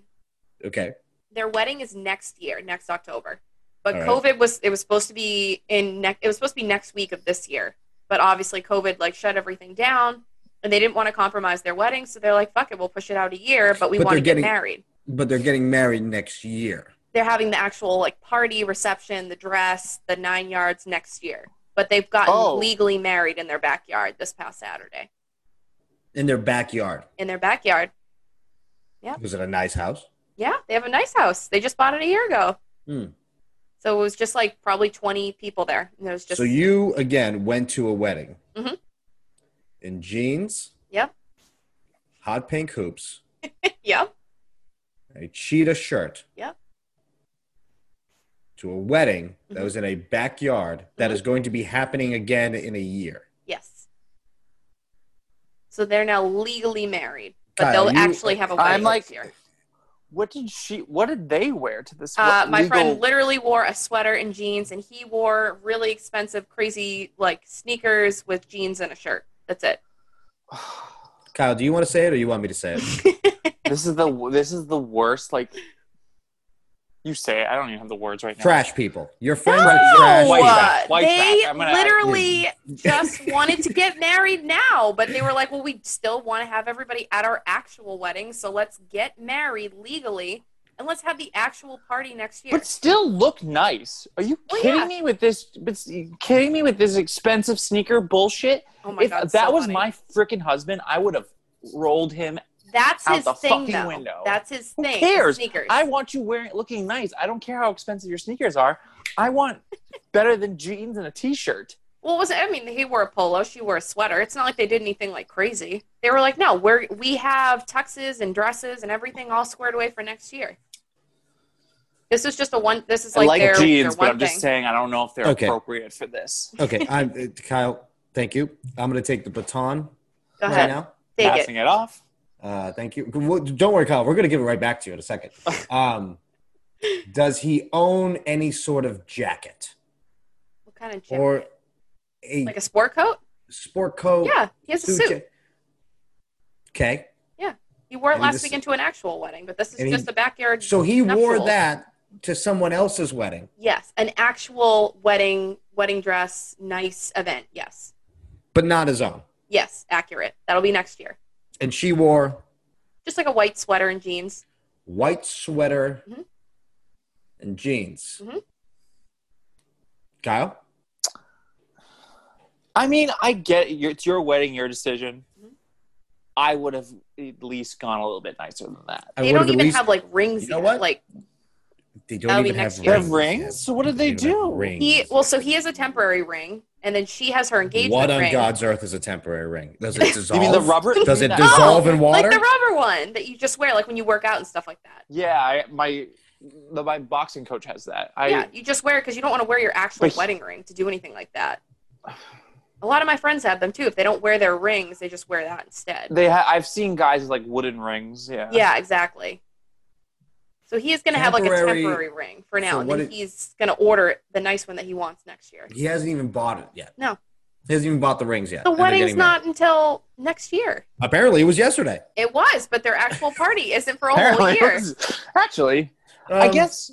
Speaker 1: Okay.
Speaker 3: Their wedding is next year, next October. But
Speaker 1: All
Speaker 3: COVID was it was supposed to be in ne- it was supposed to be next week of this year. But obviously COVID like shut everything down and they didn't want to compromise their wedding, so they're like, fuck it, we'll push it out a year, but we
Speaker 1: But
Speaker 3: want to
Speaker 1: they're
Speaker 3: get
Speaker 1: getting-
Speaker 3: married.
Speaker 1: But they're getting married next year.
Speaker 3: They're having the actual like party, reception, the dress, the nine yards next year. But they've gotten
Speaker 2: Oh.
Speaker 3: legally married in their backyard this past Saturday.
Speaker 1: In their backyard.
Speaker 3: In their backyard.
Speaker 1: Was it a nice house?
Speaker 3: Yeah, they have a nice house. They just bought it a year ago.
Speaker 1: Hmm.
Speaker 3: So it was just like probably 20 people there. And it was just,
Speaker 1: so you again went to a wedding
Speaker 3: Mhm.
Speaker 1: in jeans.
Speaker 3: Yep.
Speaker 1: Hot pink hoops,
Speaker 3: yeah,
Speaker 1: a cheetah shirt.
Speaker 3: Yep.
Speaker 1: To a wedding that
Speaker 3: Mhm.
Speaker 1: was in a backyard that
Speaker 3: Mhm.
Speaker 1: is going to be happening again in a year.
Speaker 3: yes. So they're now legally married, but
Speaker 1: Kyle,
Speaker 3: they'll
Speaker 1: you-
Speaker 3: actually have a wedding
Speaker 2: I'm like-
Speaker 3: this year.
Speaker 2: What did she? What did they wear to this?
Speaker 3: Uh,
Speaker 2: what
Speaker 3: my
Speaker 2: legal-
Speaker 3: friend literally wore a sweater and jeans, and he wore really expensive, crazy like sneakers with jeans and a shirt. That's it.
Speaker 1: Kyle, do you want to say it or you want me to say it?
Speaker 2: this is the this is the worst. Like you say, it. I don't even have the words right now.
Speaker 1: trash people. Your friends are
Speaker 2: No!
Speaker 1: trash.
Speaker 2: White
Speaker 1: people.
Speaker 2: trash, white
Speaker 3: they
Speaker 2: trash. I'm gonna-
Speaker 3: literally just wanted to get married now, but they were like, well, we still want to have everybody at our actual wedding, so let's get married legally and let's have the actual party next year.
Speaker 2: But still look nice. Are you
Speaker 3: Well,
Speaker 2: kidding
Speaker 3: yeah.
Speaker 2: me with this? But s- kidding me with this expensive sneaker bullshit?
Speaker 3: oh my
Speaker 2: if
Speaker 3: god,
Speaker 2: that
Speaker 3: so
Speaker 2: was
Speaker 3: funny.
Speaker 2: my freaking husband, I would have rolled him.
Speaker 3: That's
Speaker 2: out
Speaker 3: his
Speaker 2: the
Speaker 3: thing,
Speaker 2: fucking
Speaker 3: though.
Speaker 2: window.
Speaker 3: That's his
Speaker 2: Who
Speaker 3: thing.
Speaker 2: cares?
Speaker 3: Sneakers.
Speaker 2: I want you wearing looking nice. I don't care how expensive your sneakers are. I want better than jeans and a t-shirt.
Speaker 3: Well, was it? I mean, he wore a polo. She wore a sweater. It's not like they did anything like crazy. They were like, no, we're we have tuxes and dresses and everything all squared away for next year. This is just a one. This is
Speaker 2: I
Speaker 3: like,
Speaker 2: like
Speaker 3: their,
Speaker 2: jeans,
Speaker 3: their
Speaker 2: but
Speaker 3: one
Speaker 2: I'm just
Speaker 3: thing.
Speaker 2: saying I don't know if they're
Speaker 1: Okay.
Speaker 2: appropriate for this.
Speaker 1: Okay, I'm uh, Kyle. Thank you. I'm going to take the baton
Speaker 3: Go
Speaker 1: right
Speaker 3: ahead,
Speaker 1: now.
Speaker 3: take it.
Speaker 2: Passing it, off.
Speaker 1: Uh, thank you. Well, don't worry, Kyle. We're going to give it right back to you in a second. Um, does he own any sort of jacket
Speaker 3: What kind of jacket?
Speaker 1: or Oh, a
Speaker 3: like a sport coat?
Speaker 1: sport coat?
Speaker 3: Yeah, he has a suit.
Speaker 1: ja- Okay.
Speaker 3: He wore it
Speaker 1: And
Speaker 3: last
Speaker 1: this-
Speaker 3: week into an actual wedding, but this is
Speaker 1: and he-
Speaker 3: just a backyard.
Speaker 1: So he wore
Speaker 3: Nuptials.
Speaker 1: that to someone else's wedding.
Speaker 3: yes, an actual wedding, wedding dress, nice event. Yes,
Speaker 1: but not his own.
Speaker 3: yes, accurate. That'll be next year.
Speaker 1: And she wore
Speaker 3: Just like a white sweater and jeans.
Speaker 1: white sweater
Speaker 3: Mhm.
Speaker 1: and jeans.
Speaker 3: Mhm.
Speaker 1: Kyle,
Speaker 2: I mean, I get it. Your- It's your wedding, your decision.
Speaker 3: Mhm.
Speaker 2: Mm-hmm. I would have at least gone a little bit nicer than that.
Speaker 1: I
Speaker 3: they
Speaker 1: would
Speaker 3: don't
Speaker 1: have at
Speaker 3: even
Speaker 1: least-
Speaker 3: have like rings.
Speaker 1: You know
Speaker 3: yet.
Speaker 1: what?
Speaker 3: Like
Speaker 1: They don't
Speaker 3: That'll be
Speaker 1: even have
Speaker 3: next
Speaker 1: rings.
Speaker 3: year.
Speaker 2: They have rings?
Speaker 1: yet.
Speaker 2: What do they
Speaker 1: don't even have
Speaker 2: do?
Speaker 1: Rings.
Speaker 3: he, well, so he has a temporary ring, and then she has her engagement
Speaker 1: what on
Speaker 3: ring.
Speaker 1: God's earth is a temporary ring? Does it dissolve?
Speaker 2: You mean the rubber?
Speaker 1: Does
Speaker 2: you
Speaker 1: it
Speaker 2: mean that-
Speaker 1: dissolve in water?
Speaker 3: Like the rubber one that you just wear, like when you work out and stuff like that.
Speaker 2: Yeah, I, my the, my boxing coach has that. I
Speaker 3: yeah, you just wear it because you don't want to wear your actual
Speaker 2: But he-
Speaker 3: wedding ring to do anything like that. A lot of my friends have them too. If they don't wear their rings, they just wear that instead.
Speaker 2: they ha- I've seen guys with like wooden rings. Yeah.
Speaker 3: Yeah, exactly. So he is going to have like a
Speaker 1: Temporary-
Speaker 3: temporary ring for now,
Speaker 1: So
Speaker 3: and
Speaker 1: what
Speaker 3: then
Speaker 1: it-
Speaker 3: he's going to order the nice one that he wants next year.
Speaker 1: he hasn't even bought it yet.
Speaker 3: No.
Speaker 1: He hasn't even bought the rings yet.
Speaker 3: The
Speaker 1: and they're
Speaker 3: wedding's
Speaker 1: getting married.
Speaker 3: not until next year.
Speaker 1: Apparently, it was yesterday.
Speaker 3: It was, but their actual party isn't for a whole
Speaker 2: Apparently,
Speaker 3: year.
Speaker 2: actually, I
Speaker 1: Um,
Speaker 2: guess.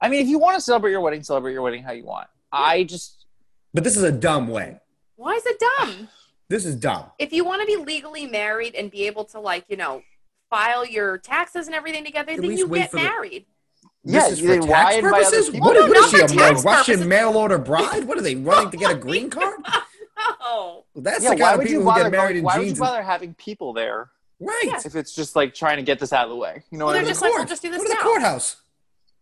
Speaker 2: I mean, if you want to celebrate your wedding, celebrate your wedding how you want. I just
Speaker 1: But this is a dumb way.
Speaker 3: Why is it dumb?
Speaker 1: This is dumb.
Speaker 3: If you want to be legally married and be able to, like, you know, file your taxes and everything together,
Speaker 1: At
Speaker 3: then
Speaker 1: least
Speaker 3: you
Speaker 1: wait
Speaker 3: get
Speaker 1: for the-
Speaker 3: married.
Speaker 1: This
Speaker 2: Yeah,
Speaker 1: is
Speaker 2: then
Speaker 1: for
Speaker 2: why
Speaker 1: tax
Speaker 2: invite other
Speaker 1: purposes.
Speaker 2: people?
Speaker 1: What
Speaker 3: No,
Speaker 1: is
Speaker 3: not
Speaker 1: this?
Speaker 3: for
Speaker 1: She a
Speaker 3: tax
Speaker 1: Russian
Speaker 3: purposes.
Speaker 1: mail order bride? What are they running to get a green card?
Speaker 3: Oh,
Speaker 1: That's
Speaker 2: yeah,
Speaker 1: the
Speaker 2: why
Speaker 1: kind of
Speaker 2: would you
Speaker 1: people who
Speaker 2: bother?
Speaker 1: get married
Speaker 2: Going,
Speaker 1: in
Speaker 2: why would you
Speaker 1: jeans. and-
Speaker 2: bother having people there
Speaker 1: Right.
Speaker 3: Yeah.
Speaker 2: if it's just like trying to get this out of the way? You know what I
Speaker 3: Well, they're
Speaker 2: mean?
Speaker 3: just like, we'll just do this
Speaker 1: Go to the
Speaker 3: now.
Speaker 1: courthouse.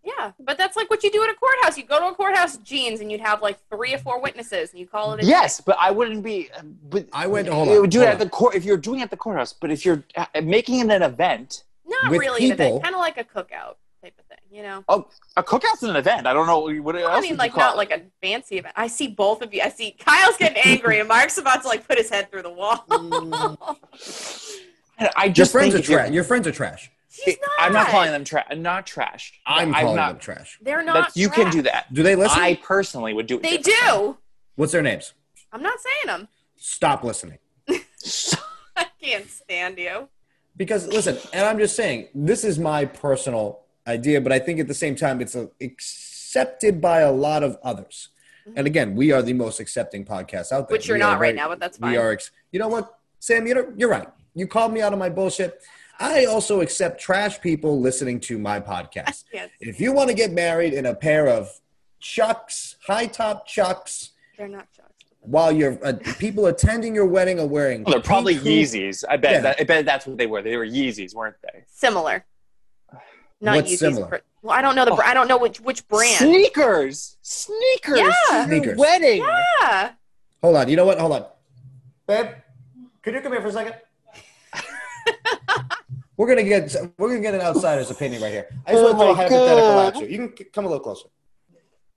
Speaker 3: yeah. But that's like what you do at a courthouse. You go to a courthouse jeans and you'd have like three or four witnesses and you call it a
Speaker 2: Yes, but I wouldn't be. But
Speaker 1: I went- hold
Speaker 2: you
Speaker 1: on,
Speaker 2: would do
Speaker 1: hold
Speaker 2: it
Speaker 1: on.
Speaker 2: at the court if you're doing it at the courthouse. But if you're uh, making it an event,
Speaker 3: Not
Speaker 1: With
Speaker 3: really an
Speaker 1: people.
Speaker 3: event. Kind of like a cookout type of thing, you know?
Speaker 2: a cookout's an event. I don't know what else.
Speaker 3: I
Speaker 2: would you
Speaker 3: mean, like,
Speaker 2: call
Speaker 3: not
Speaker 2: it.
Speaker 3: like a fancy event. I see both of you. I see Kyle's getting angry and Mark's about to, like, put his head through the wall.
Speaker 2: I- I
Speaker 1: Your
Speaker 2: just
Speaker 1: friends are
Speaker 2: think if you're-
Speaker 1: trash. Your friends are trash.
Speaker 3: She's not.
Speaker 2: I'm not calling them trash. Not trash.
Speaker 1: I'm
Speaker 2: I'm
Speaker 1: calling
Speaker 2: not-
Speaker 1: them trash.
Speaker 3: They're not.
Speaker 2: That's, you can do
Speaker 3: trash.
Speaker 2: that.
Speaker 1: Do they listen?
Speaker 2: I personally would do it.
Speaker 3: They
Speaker 2: differently.
Speaker 3: do.
Speaker 1: What's their names?
Speaker 3: I'm not saying them.
Speaker 1: Stop listening.
Speaker 3: I can't stand you.
Speaker 1: Because listen, and I'm just saying, this is my personal idea, but I think at the same time, it's uh, accepted by a lot of others. And again, we are the most accepting podcast out there.
Speaker 3: Mm-hmm. Which you're
Speaker 1: We
Speaker 3: not
Speaker 1: are
Speaker 3: right
Speaker 1: very-
Speaker 3: now, but that's
Speaker 1: We
Speaker 3: fine.
Speaker 1: are. Ex- you know what, Sam? You know, you're right. You called me out on my bullshit. I also accept trash people listening to my podcast.
Speaker 3: Yes.
Speaker 1: If you want to get married in a pair of chucks, high top chucks,
Speaker 3: They're not shocked.
Speaker 1: while you're uh, people attending your wedding are wearing,
Speaker 2: Well, Oh, they're probably
Speaker 1: pink hoop-
Speaker 2: Yeezys. I bet.
Speaker 1: Yeah.
Speaker 2: That, I bet that's what they were. They were Yeezys, weren't they?
Speaker 3: Similar. Not
Speaker 1: What's
Speaker 3: Yeezys,
Speaker 1: similar?
Speaker 3: but- Well, I don't know the. br- I don't know which which brand.
Speaker 2: Sneakers. Sneakers.
Speaker 3: Yeah.
Speaker 2: to your
Speaker 1: Sneakers.
Speaker 2: Wedding.
Speaker 3: Yeah.
Speaker 1: Hold on. You know what? Hold on, babe. Could you come here for a second? we're gonna get we're gonna get an outsider's opinion right here. I just
Speaker 2: Oh
Speaker 1: want to throw a
Speaker 2: my
Speaker 1: hypothetical
Speaker 2: God.
Speaker 1: at you. You can c- come a little closer.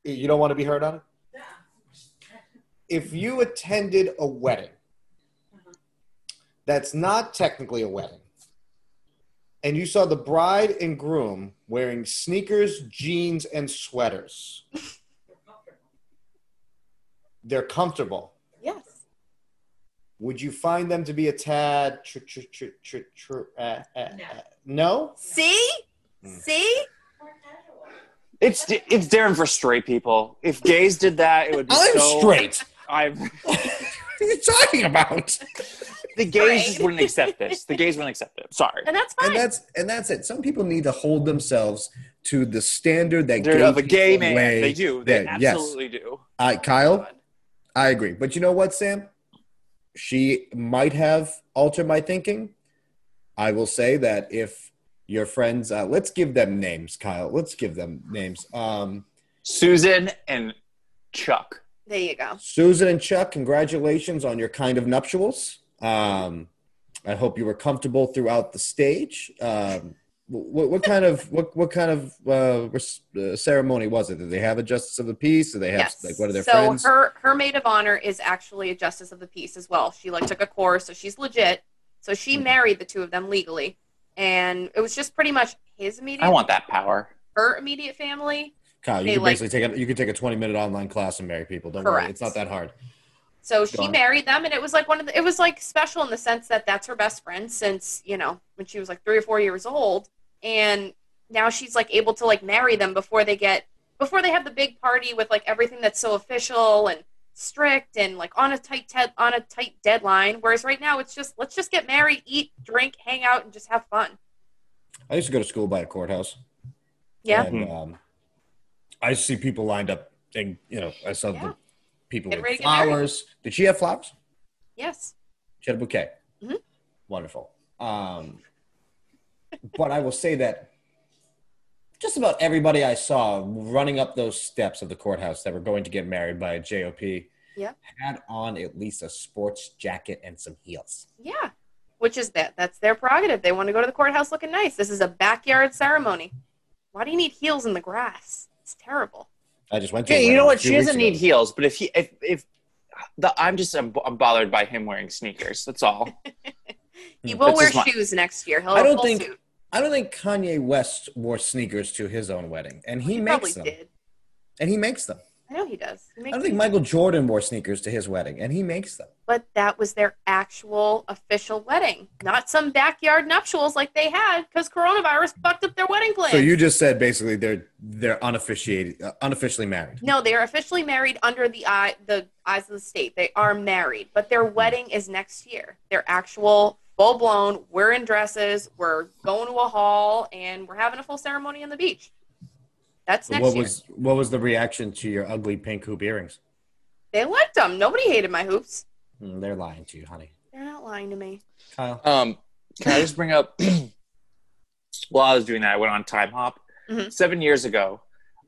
Speaker 1: You don't want to be heard on it. If you attended a wedding that's not technically a wedding, and you saw the bride and groom wearing sneakers, jeans, and sweaters, they're comfortable
Speaker 3: Yes.
Speaker 1: would you find them to be a tad tr- tr- tr- tr- tr- uh, uh, uh, no
Speaker 3: See.
Speaker 1: Mm.
Speaker 3: See.
Speaker 2: It's it's different for straight people. If gays did that, it would be
Speaker 1: i'm
Speaker 2: so.
Speaker 1: straight
Speaker 2: I'm
Speaker 1: what are you talking about
Speaker 2: the gays just
Speaker 3: Straight.
Speaker 2: wouldn't accept this. The gays wouldn't accept it. Sorry.
Speaker 3: And that's fine.
Speaker 1: and that's and that's it some people need to hold themselves to the standard that
Speaker 2: They're of a gay
Speaker 1: people
Speaker 2: man.
Speaker 1: lay
Speaker 2: They do. They
Speaker 1: there. yes
Speaker 2: absolutely do.
Speaker 1: I, kyle i agree but you know what sam she might have altered my thinking i will say that if your friends uh, let's give them names kyle let's give them names um,
Speaker 2: Susan and Chuck.
Speaker 3: there you go.
Speaker 1: Susan and Chuck, congratulations on your kind of nuptials. Um, I hope you were comfortable throughout the stage. Um, what, what kind of what what kind of uh, res- uh, ceremony was it? Did they have a justice of the peace? Did they have
Speaker 3: Yes.
Speaker 1: like one of their
Speaker 3: so
Speaker 1: friends?
Speaker 3: her her maid of honor is actually a justice of the peace as well. She like took a course, so she's legit. So she
Speaker 1: Mhm.
Speaker 3: married the two of them legally, and it was just pretty much his immediate,
Speaker 2: I want that power.
Speaker 3: her immediate family.
Speaker 1: Kyle, you
Speaker 3: they,
Speaker 1: can
Speaker 3: like-
Speaker 1: basically take a, you can take a twenty minute online class and marry people. Don't worry,
Speaker 3: Correct.
Speaker 1: it's not that hard.
Speaker 3: So
Speaker 1: Go
Speaker 3: she
Speaker 1: on.
Speaker 3: married them, and it was like one of the, it was like special in the sense that that's her best friend since you know when she was like three or four years old, and now she's like able to like marry them before they get before they have the big party with like everything that's so official and strict and like on a tight te- on a tight deadline. Whereas right now it's just let's just get married, eat, drink, hang out, and just have fun.
Speaker 1: I used to go to school by a courthouse.
Speaker 3: Yeah,
Speaker 1: And, um, I see people lined up, and you know, I saw
Speaker 3: Yeah.
Speaker 1: the people
Speaker 3: Get
Speaker 1: with
Speaker 3: ready to get married.
Speaker 1: flowers. Did she have flowers?
Speaker 3: yes,
Speaker 1: She had a bouquet.
Speaker 2: Mm-hmm.
Speaker 3: Mhm.
Speaker 1: Wonderful. Um, but I will say that just about everybody I saw running up those steps of the courthouse that were going to get married by a JOP
Speaker 3: Yeah.
Speaker 1: had on at least a sports jacket and some heels.
Speaker 3: yeah. Which is that that's their prerogative. They want to go to the courthouse looking nice. This is a backyard ceremony. Why do you need heels in the grass? It's terrible.
Speaker 1: I just went to.
Speaker 2: Yeah,
Speaker 1: a
Speaker 2: you
Speaker 1: wedding
Speaker 2: know
Speaker 1: a
Speaker 2: what?
Speaker 1: few
Speaker 2: She doesn't
Speaker 1: weeks
Speaker 2: need
Speaker 1: ago.
Speaker 2: heels, but if he, if, if the, I'm just, I'm, I'm bothered by him wearing sneakers. That's all.
Speaker 3: He
Speaker 1: Hmm.
Speaker 3: will
Speaker 2: That's
Speaker 3: wear
Speaker 2: just my-
Speaker 3: shoes next year. He'll
Speaker 1: I
Speaker 3: have a
Speaker 1: don't
Speaker 3: full
Speaker 1: think-
Speaker 3: suit.
Speaker 1: I don't think Kanye West wore sneakers to his own wedding, and he,
Speaker 3: He
Speaker 1: makes
Speaker 3: probably
Speaker 1: them.
Speaker 3: did.
Speaker 1: And he makes them.
Speaker 3: I know he does. He
Speaker 1: I
Speaker 3: makes
Speaker 1: don't think Michael Jordan wore sneakers to his wedding, and he makes them.
Speaker 3: but that was their actual official wedding, not some backyard nuptials like they had because coronavirus fucked up their wedding plans.
Speaker 1: So you just said basically they're they're unofficiated, uh, unofficially married.
Speaker 3: No, they are officially married under the eye the eyes of the state. They are married, but their wedding is next year. Their actual full blown, we're in dresses, we're going to a hall, and we're having a full ceremony on the beach. That's
Speaker 1: So
Speaker 3: next
Speaker 1: what
Speaker 3: year.
Speaker 1: was what was the reaction to your ugly pink hoop earrings?
Speaker 3: They liked them. Nobody hated my hoops.
Speaker 1: Mm, they're lying to you, honey.
Speaker 3: They're not lying to me.
Speaker 1: Kyle,
Speaker 2: Um, can I just bring up? while I was doing that, I went on Time Hop
Speaker 3: Mhm.
Speaker 2: seven years ago.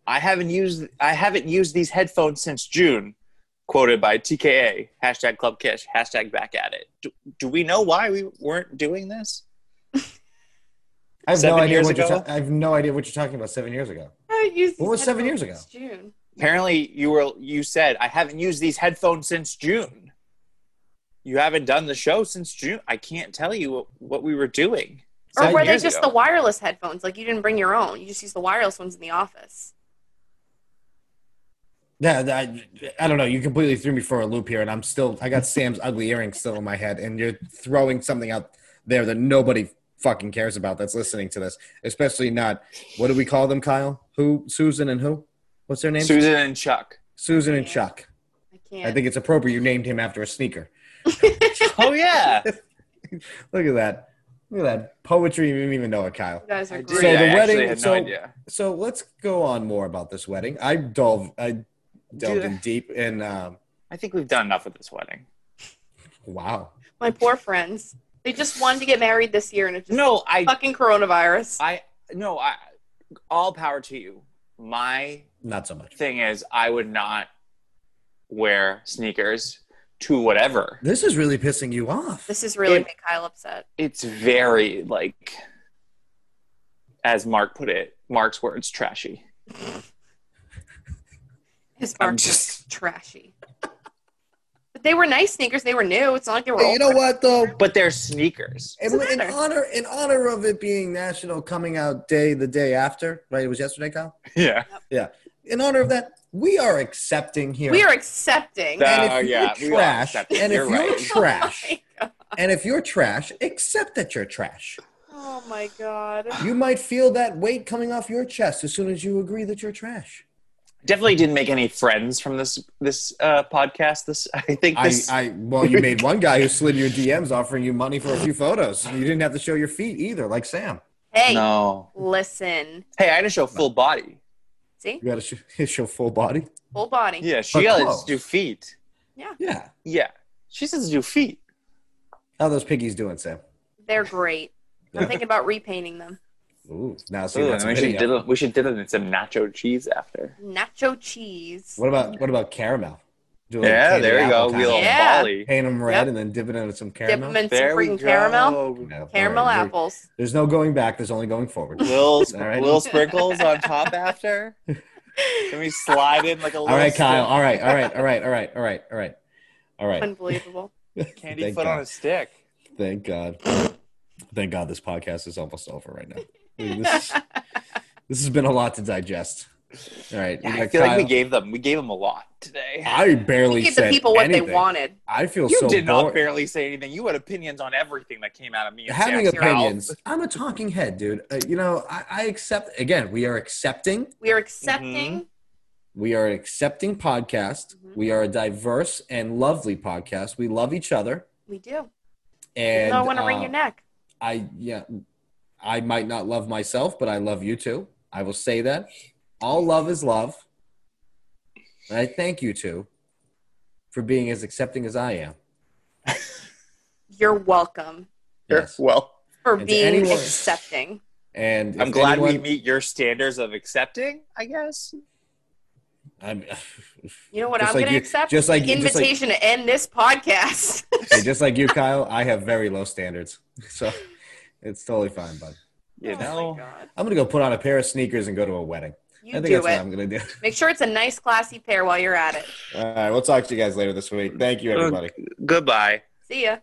Speaker 2: I haven't used I haven't used these headphones since June. Quoted by TKA hashtag Club Kish hashtag Back at It. Do, do we know why we weren't doing this?
Speaker 1: I have no
Speaker 2: Seven
Speaker 1: idea
Speaker 2: years
Speaker 1: what you're.
Speaker 2: ago?
Speaker 1: Ta- I have no idea what you're talking about. Seven years ago.
Speaker 3: I used
Speaker 1: What
Speaker 3: these
Speaker 1: was seven years
Speaker 3: headphones
Speaker 1: ago?
Speaker 3: since June.
Speaker 2: Apparently, you were you said I haven't used these headphones since June. You haven't done the show since June. I can't tell you what, what we were doing.
Speaker 3: Or
Speaker 1: Seven
Speaker 3: were they
Speaker 2: years
Speaker 3: just
Speaker 2: ago.
Speaker 3: the wireless headphones? Like you didn't bring your own. You just used the wireless ones in the office.
Speaker 1: Yeah, I, I don't know. You completely threw me for a loop here, and I'm still. I got Sam's ugly earring still in my head, and you're throwing something out there that nobody fucking cares about that's listening to this, especially not. What do we call them, Kyle? Who? Susan and who? What's their name?
Speaker 2: Susan and Chuck.
Speaker 1: Susan and
Speaker 3: Yeah.
Speaker 1: Chuck.
Speaker 3: I can't.
Speaker 1: I think it's appropriate you named him after a sneaker.
Speaker 2: Oh yeah.
Speaker 1: Look at that. Look at that poetry. You didn't even know it, Kyle.
Speaker 3: you guys are
Speaker 2: I did.
Speaker 1: So
Speaker 2: I
Speaker 1: the
Speaker 3: great.
Speaker 1: wedding-
Speaker 2: actually had no
Speaker 1: so-
Speaker 2: idea.
Speaker 1: So let's go on more about this wedding. I dove. I delved
Speaker 2: Dude.
Speaker 1: in deep, and um,
Speaker 2: I think we've done enough with this wedding.
Speaker 1: wow.
Speaker 3: My poor friends. They just wanted to get married this year, and it just
Speaker 2: No, I,
Speaker 3: fucking coronavirus.
Speaker 2: I, no, I. All power to you. My
Speaker 1: Not so much.
Speaker 2: thing is, I would not wear sneakers to whatever.
Speaker 1: This is really pissing you off.
Speaker 3: This is really
Speaker 2: It-
Speaker 3: make Kyle upset.
Speaker 2: It's very like, as Mark put it, Mark's words, trashy.
Speaker 3: His
Speaker 2: I'm
Speaker 3: mark is
Speaker 2: just-
Speaker 3: trashy. But they were nice sneakers. They were new. It's not like they were
Speaker 1: Hey,
Speaker 3: old.
Speaker 1: you know what though?
Speaker 2: But they're sneakers.
Speaker 1: In,
Speaker 3: Doesn't
Speaker 1: in
Speaker 3: matter.
Speaker 1: honor in honor of it being National Coming Out Day the day after, right? It was yesterday, Kyle.
Speaker 2: Yeah.
Speaker 1: In honor of that, we are accepting here.
Speaker 3: We are accepting.
Speaker 2: That-
Speaker 1: and
Speaker 2: Oh,
Speaker 1: if you're
Speaker 2: yeah, we are
Speaker 1: trash,
Speaker 2: accepting.
Speaker 1: and if
Speaker 2: You're
Speaker 1: you're
Speaker 3: Oh
Speaker 2: right.
Speaker 1: trash, and if you're trash, accept that you're trash.
Speaker 3: oh my god.
Speaker 1: You might feel that weight coming off your chest as soon as you agree that you're trash.
Speaker 2: Definitely didn't make any friends from this this uh, podcast. This I think
Speaker 1: I,
Speaker 2: this
Speaker 1: I well, you made one guy who slid your DMs offering you money for a few photos. You didn't have to show your feet either, like Sam.
Speaker 3: Hey,
Speaker 2: no.
Speaker 3: listen.
Speaker 2: Hey, I had to show full body.
Speaker 3: See,
Speaker 1: You got to show, show full body.
Speaker 3: full body.
Speaker 2: Yeah, she
Speaker 1: But
Speaker 2: got to
Speaker 1: close.
Speaker 2: do feet.
Speaker 1: Yeah.
Speaker 2: Yeah, she says to do feet.
Speaker 1: How are those piggies doing, Sam?
Speaker 3: They're great. I'm thinking about repainting them.
Speaker 1: Ooh, now see
Speaker 2: Ooh,
Speaker 1: that's a
Speaker 2: we, should
Speaker 1: video.
Speaker 2: dip it, we should dip it in some nacho cheese after.
Speaker 3: Nacho cheese.
Speaker 1: What about what about caramel? Do a little
Speaker 2: Yeah,
Speaker 1: candy
Speaker 2: there you
Speaker 1: apple
Speaker 2: go.
Speaker 1: kind
Speaker 2: We
Speaker 1: of-
Speaker 2: little
Speaker 3: Yeah.
Speaker 2: Bali.
Speaker 1: Paint them red
Speaker 3: Yep.
Speaker 1: and then dip it into some
Speaker 3: Dip
Speaker 1: caramel.
Speaker 3: them in some
Speaker 2: There we
Speaker 3: freaking
Speaker 2: go.
Speaker 3: caramel.
Speaker 1: No,
Speaker 3: Caramel
Speaker 1: all right, you're-
Speaker 3: apples.
Speaker 1: There's no going back. There's only going forward.
Speaker 2: Little, sp-
Speaker 1: All right.
Speaker 2: little sprinkles on top after. Can we slide in like a little
Speaker 1: all right, Kyle.
Speaker 2: stick-
Speaker 1: All right, all right, all right, all right, all right, all right, all right.
Speaker 3: Unbelievable.
Speaker 2: candy
Speaker 1: Thank
Speaker 2: foot
Speaker 1: God.
Speaker 2: on a stick?
Speaker 1: Thank God. Thank God this podcast is almost over right now. I mean, this, this has been a lot to digest. All right. we
Speaker 2: Yeah, I
Speaker 1: got
Speaker 2: feel like we
Speaker 1: Kyle.
Speaker 2: gave them we gave them a lot today.
Speaker 1: I
Speaker 3: We
Speaker 1: barely
Speaker 3: gave the
Speaker 1: said
Speaker 3: people what they
Speaker 1: anything.
Speaker 3: wanted.
Speaker 1: I feel
Speaker 2: you
Speaker 1: so
Speaker 2: did not
Speaker 1: bored.
Speaker 2: barely say anything. You had opinions on everything that came out of me. and
Speaker 1: having
Speaker 2: Sam's mouth.
Speaker 1: opinions. I'm a talking head, dude. Uh, you know, I, I accept. Again, we are accepting.
Speaker 3: We are accepting.
Speaker 2: Mm-hmm.
Speaker 1: We are an accepting podcast.
Speaker 3: Mhm.
Speaker 1: We are a diverse and lovely podcast. We love each other.
Speaker 3: We do.
Speaker 1: And
Speaker 3: Even though I want to wring
Speaker 1: uh,
Speaker 3: your neck.
Speaker 1: I yeah, I might not love myself, but I love you too. I will say that. All love is love. And I thank you too for being as accepting as I am.
Speaker 3: You're welcome
Speaker 1: Yes.
Speaker 2: Well,
Speaker 3: for
Speaker 1: And to
Speaker 3: being
Speaker 1: anyone-
Speaker 3: accepting.
Speaker 1: And
Speaker 2: I'm
Speaker 1: if
Speaker 2: glad we
Speaker 1: anyone-
Speaker 2: meet your standards of accepting. I guess.
Speaker 1: I'm,
Speaker 3: You know what
Speaker 1: Just like
Speaker 3: I'm going to
Speaker 1: you-
Speaker 3: accept?
Speaker 1: just like
Speaker 3: the
Speaker 1: you- just like-
Speaker 3: invitation to end this podcast.
Speaker 1: hey, just like you, Kyle, I have very low standards, so it's totally fine, bud.
Speaker 2: You
Speaker 3: Oh
Speaker 2: know.
Speaker 3: my God.
Speaker 1: I'm gonna go put on a pair of sneakers and go to a wedding.
Speaker 3: You
Speaker 1: I think
Speaker 3: do
Speaker 1: that's
Speaker 3: it.
Speaker 1: what I'm gonna do.
Speaker 3: Make sure it's a nice, classy pair while you're at it.
Speaker 1: All right, we'll talk to you guys later this week. Thank you, everybody.
Speaker 2: Goodbye.
Speaker 3: See ya.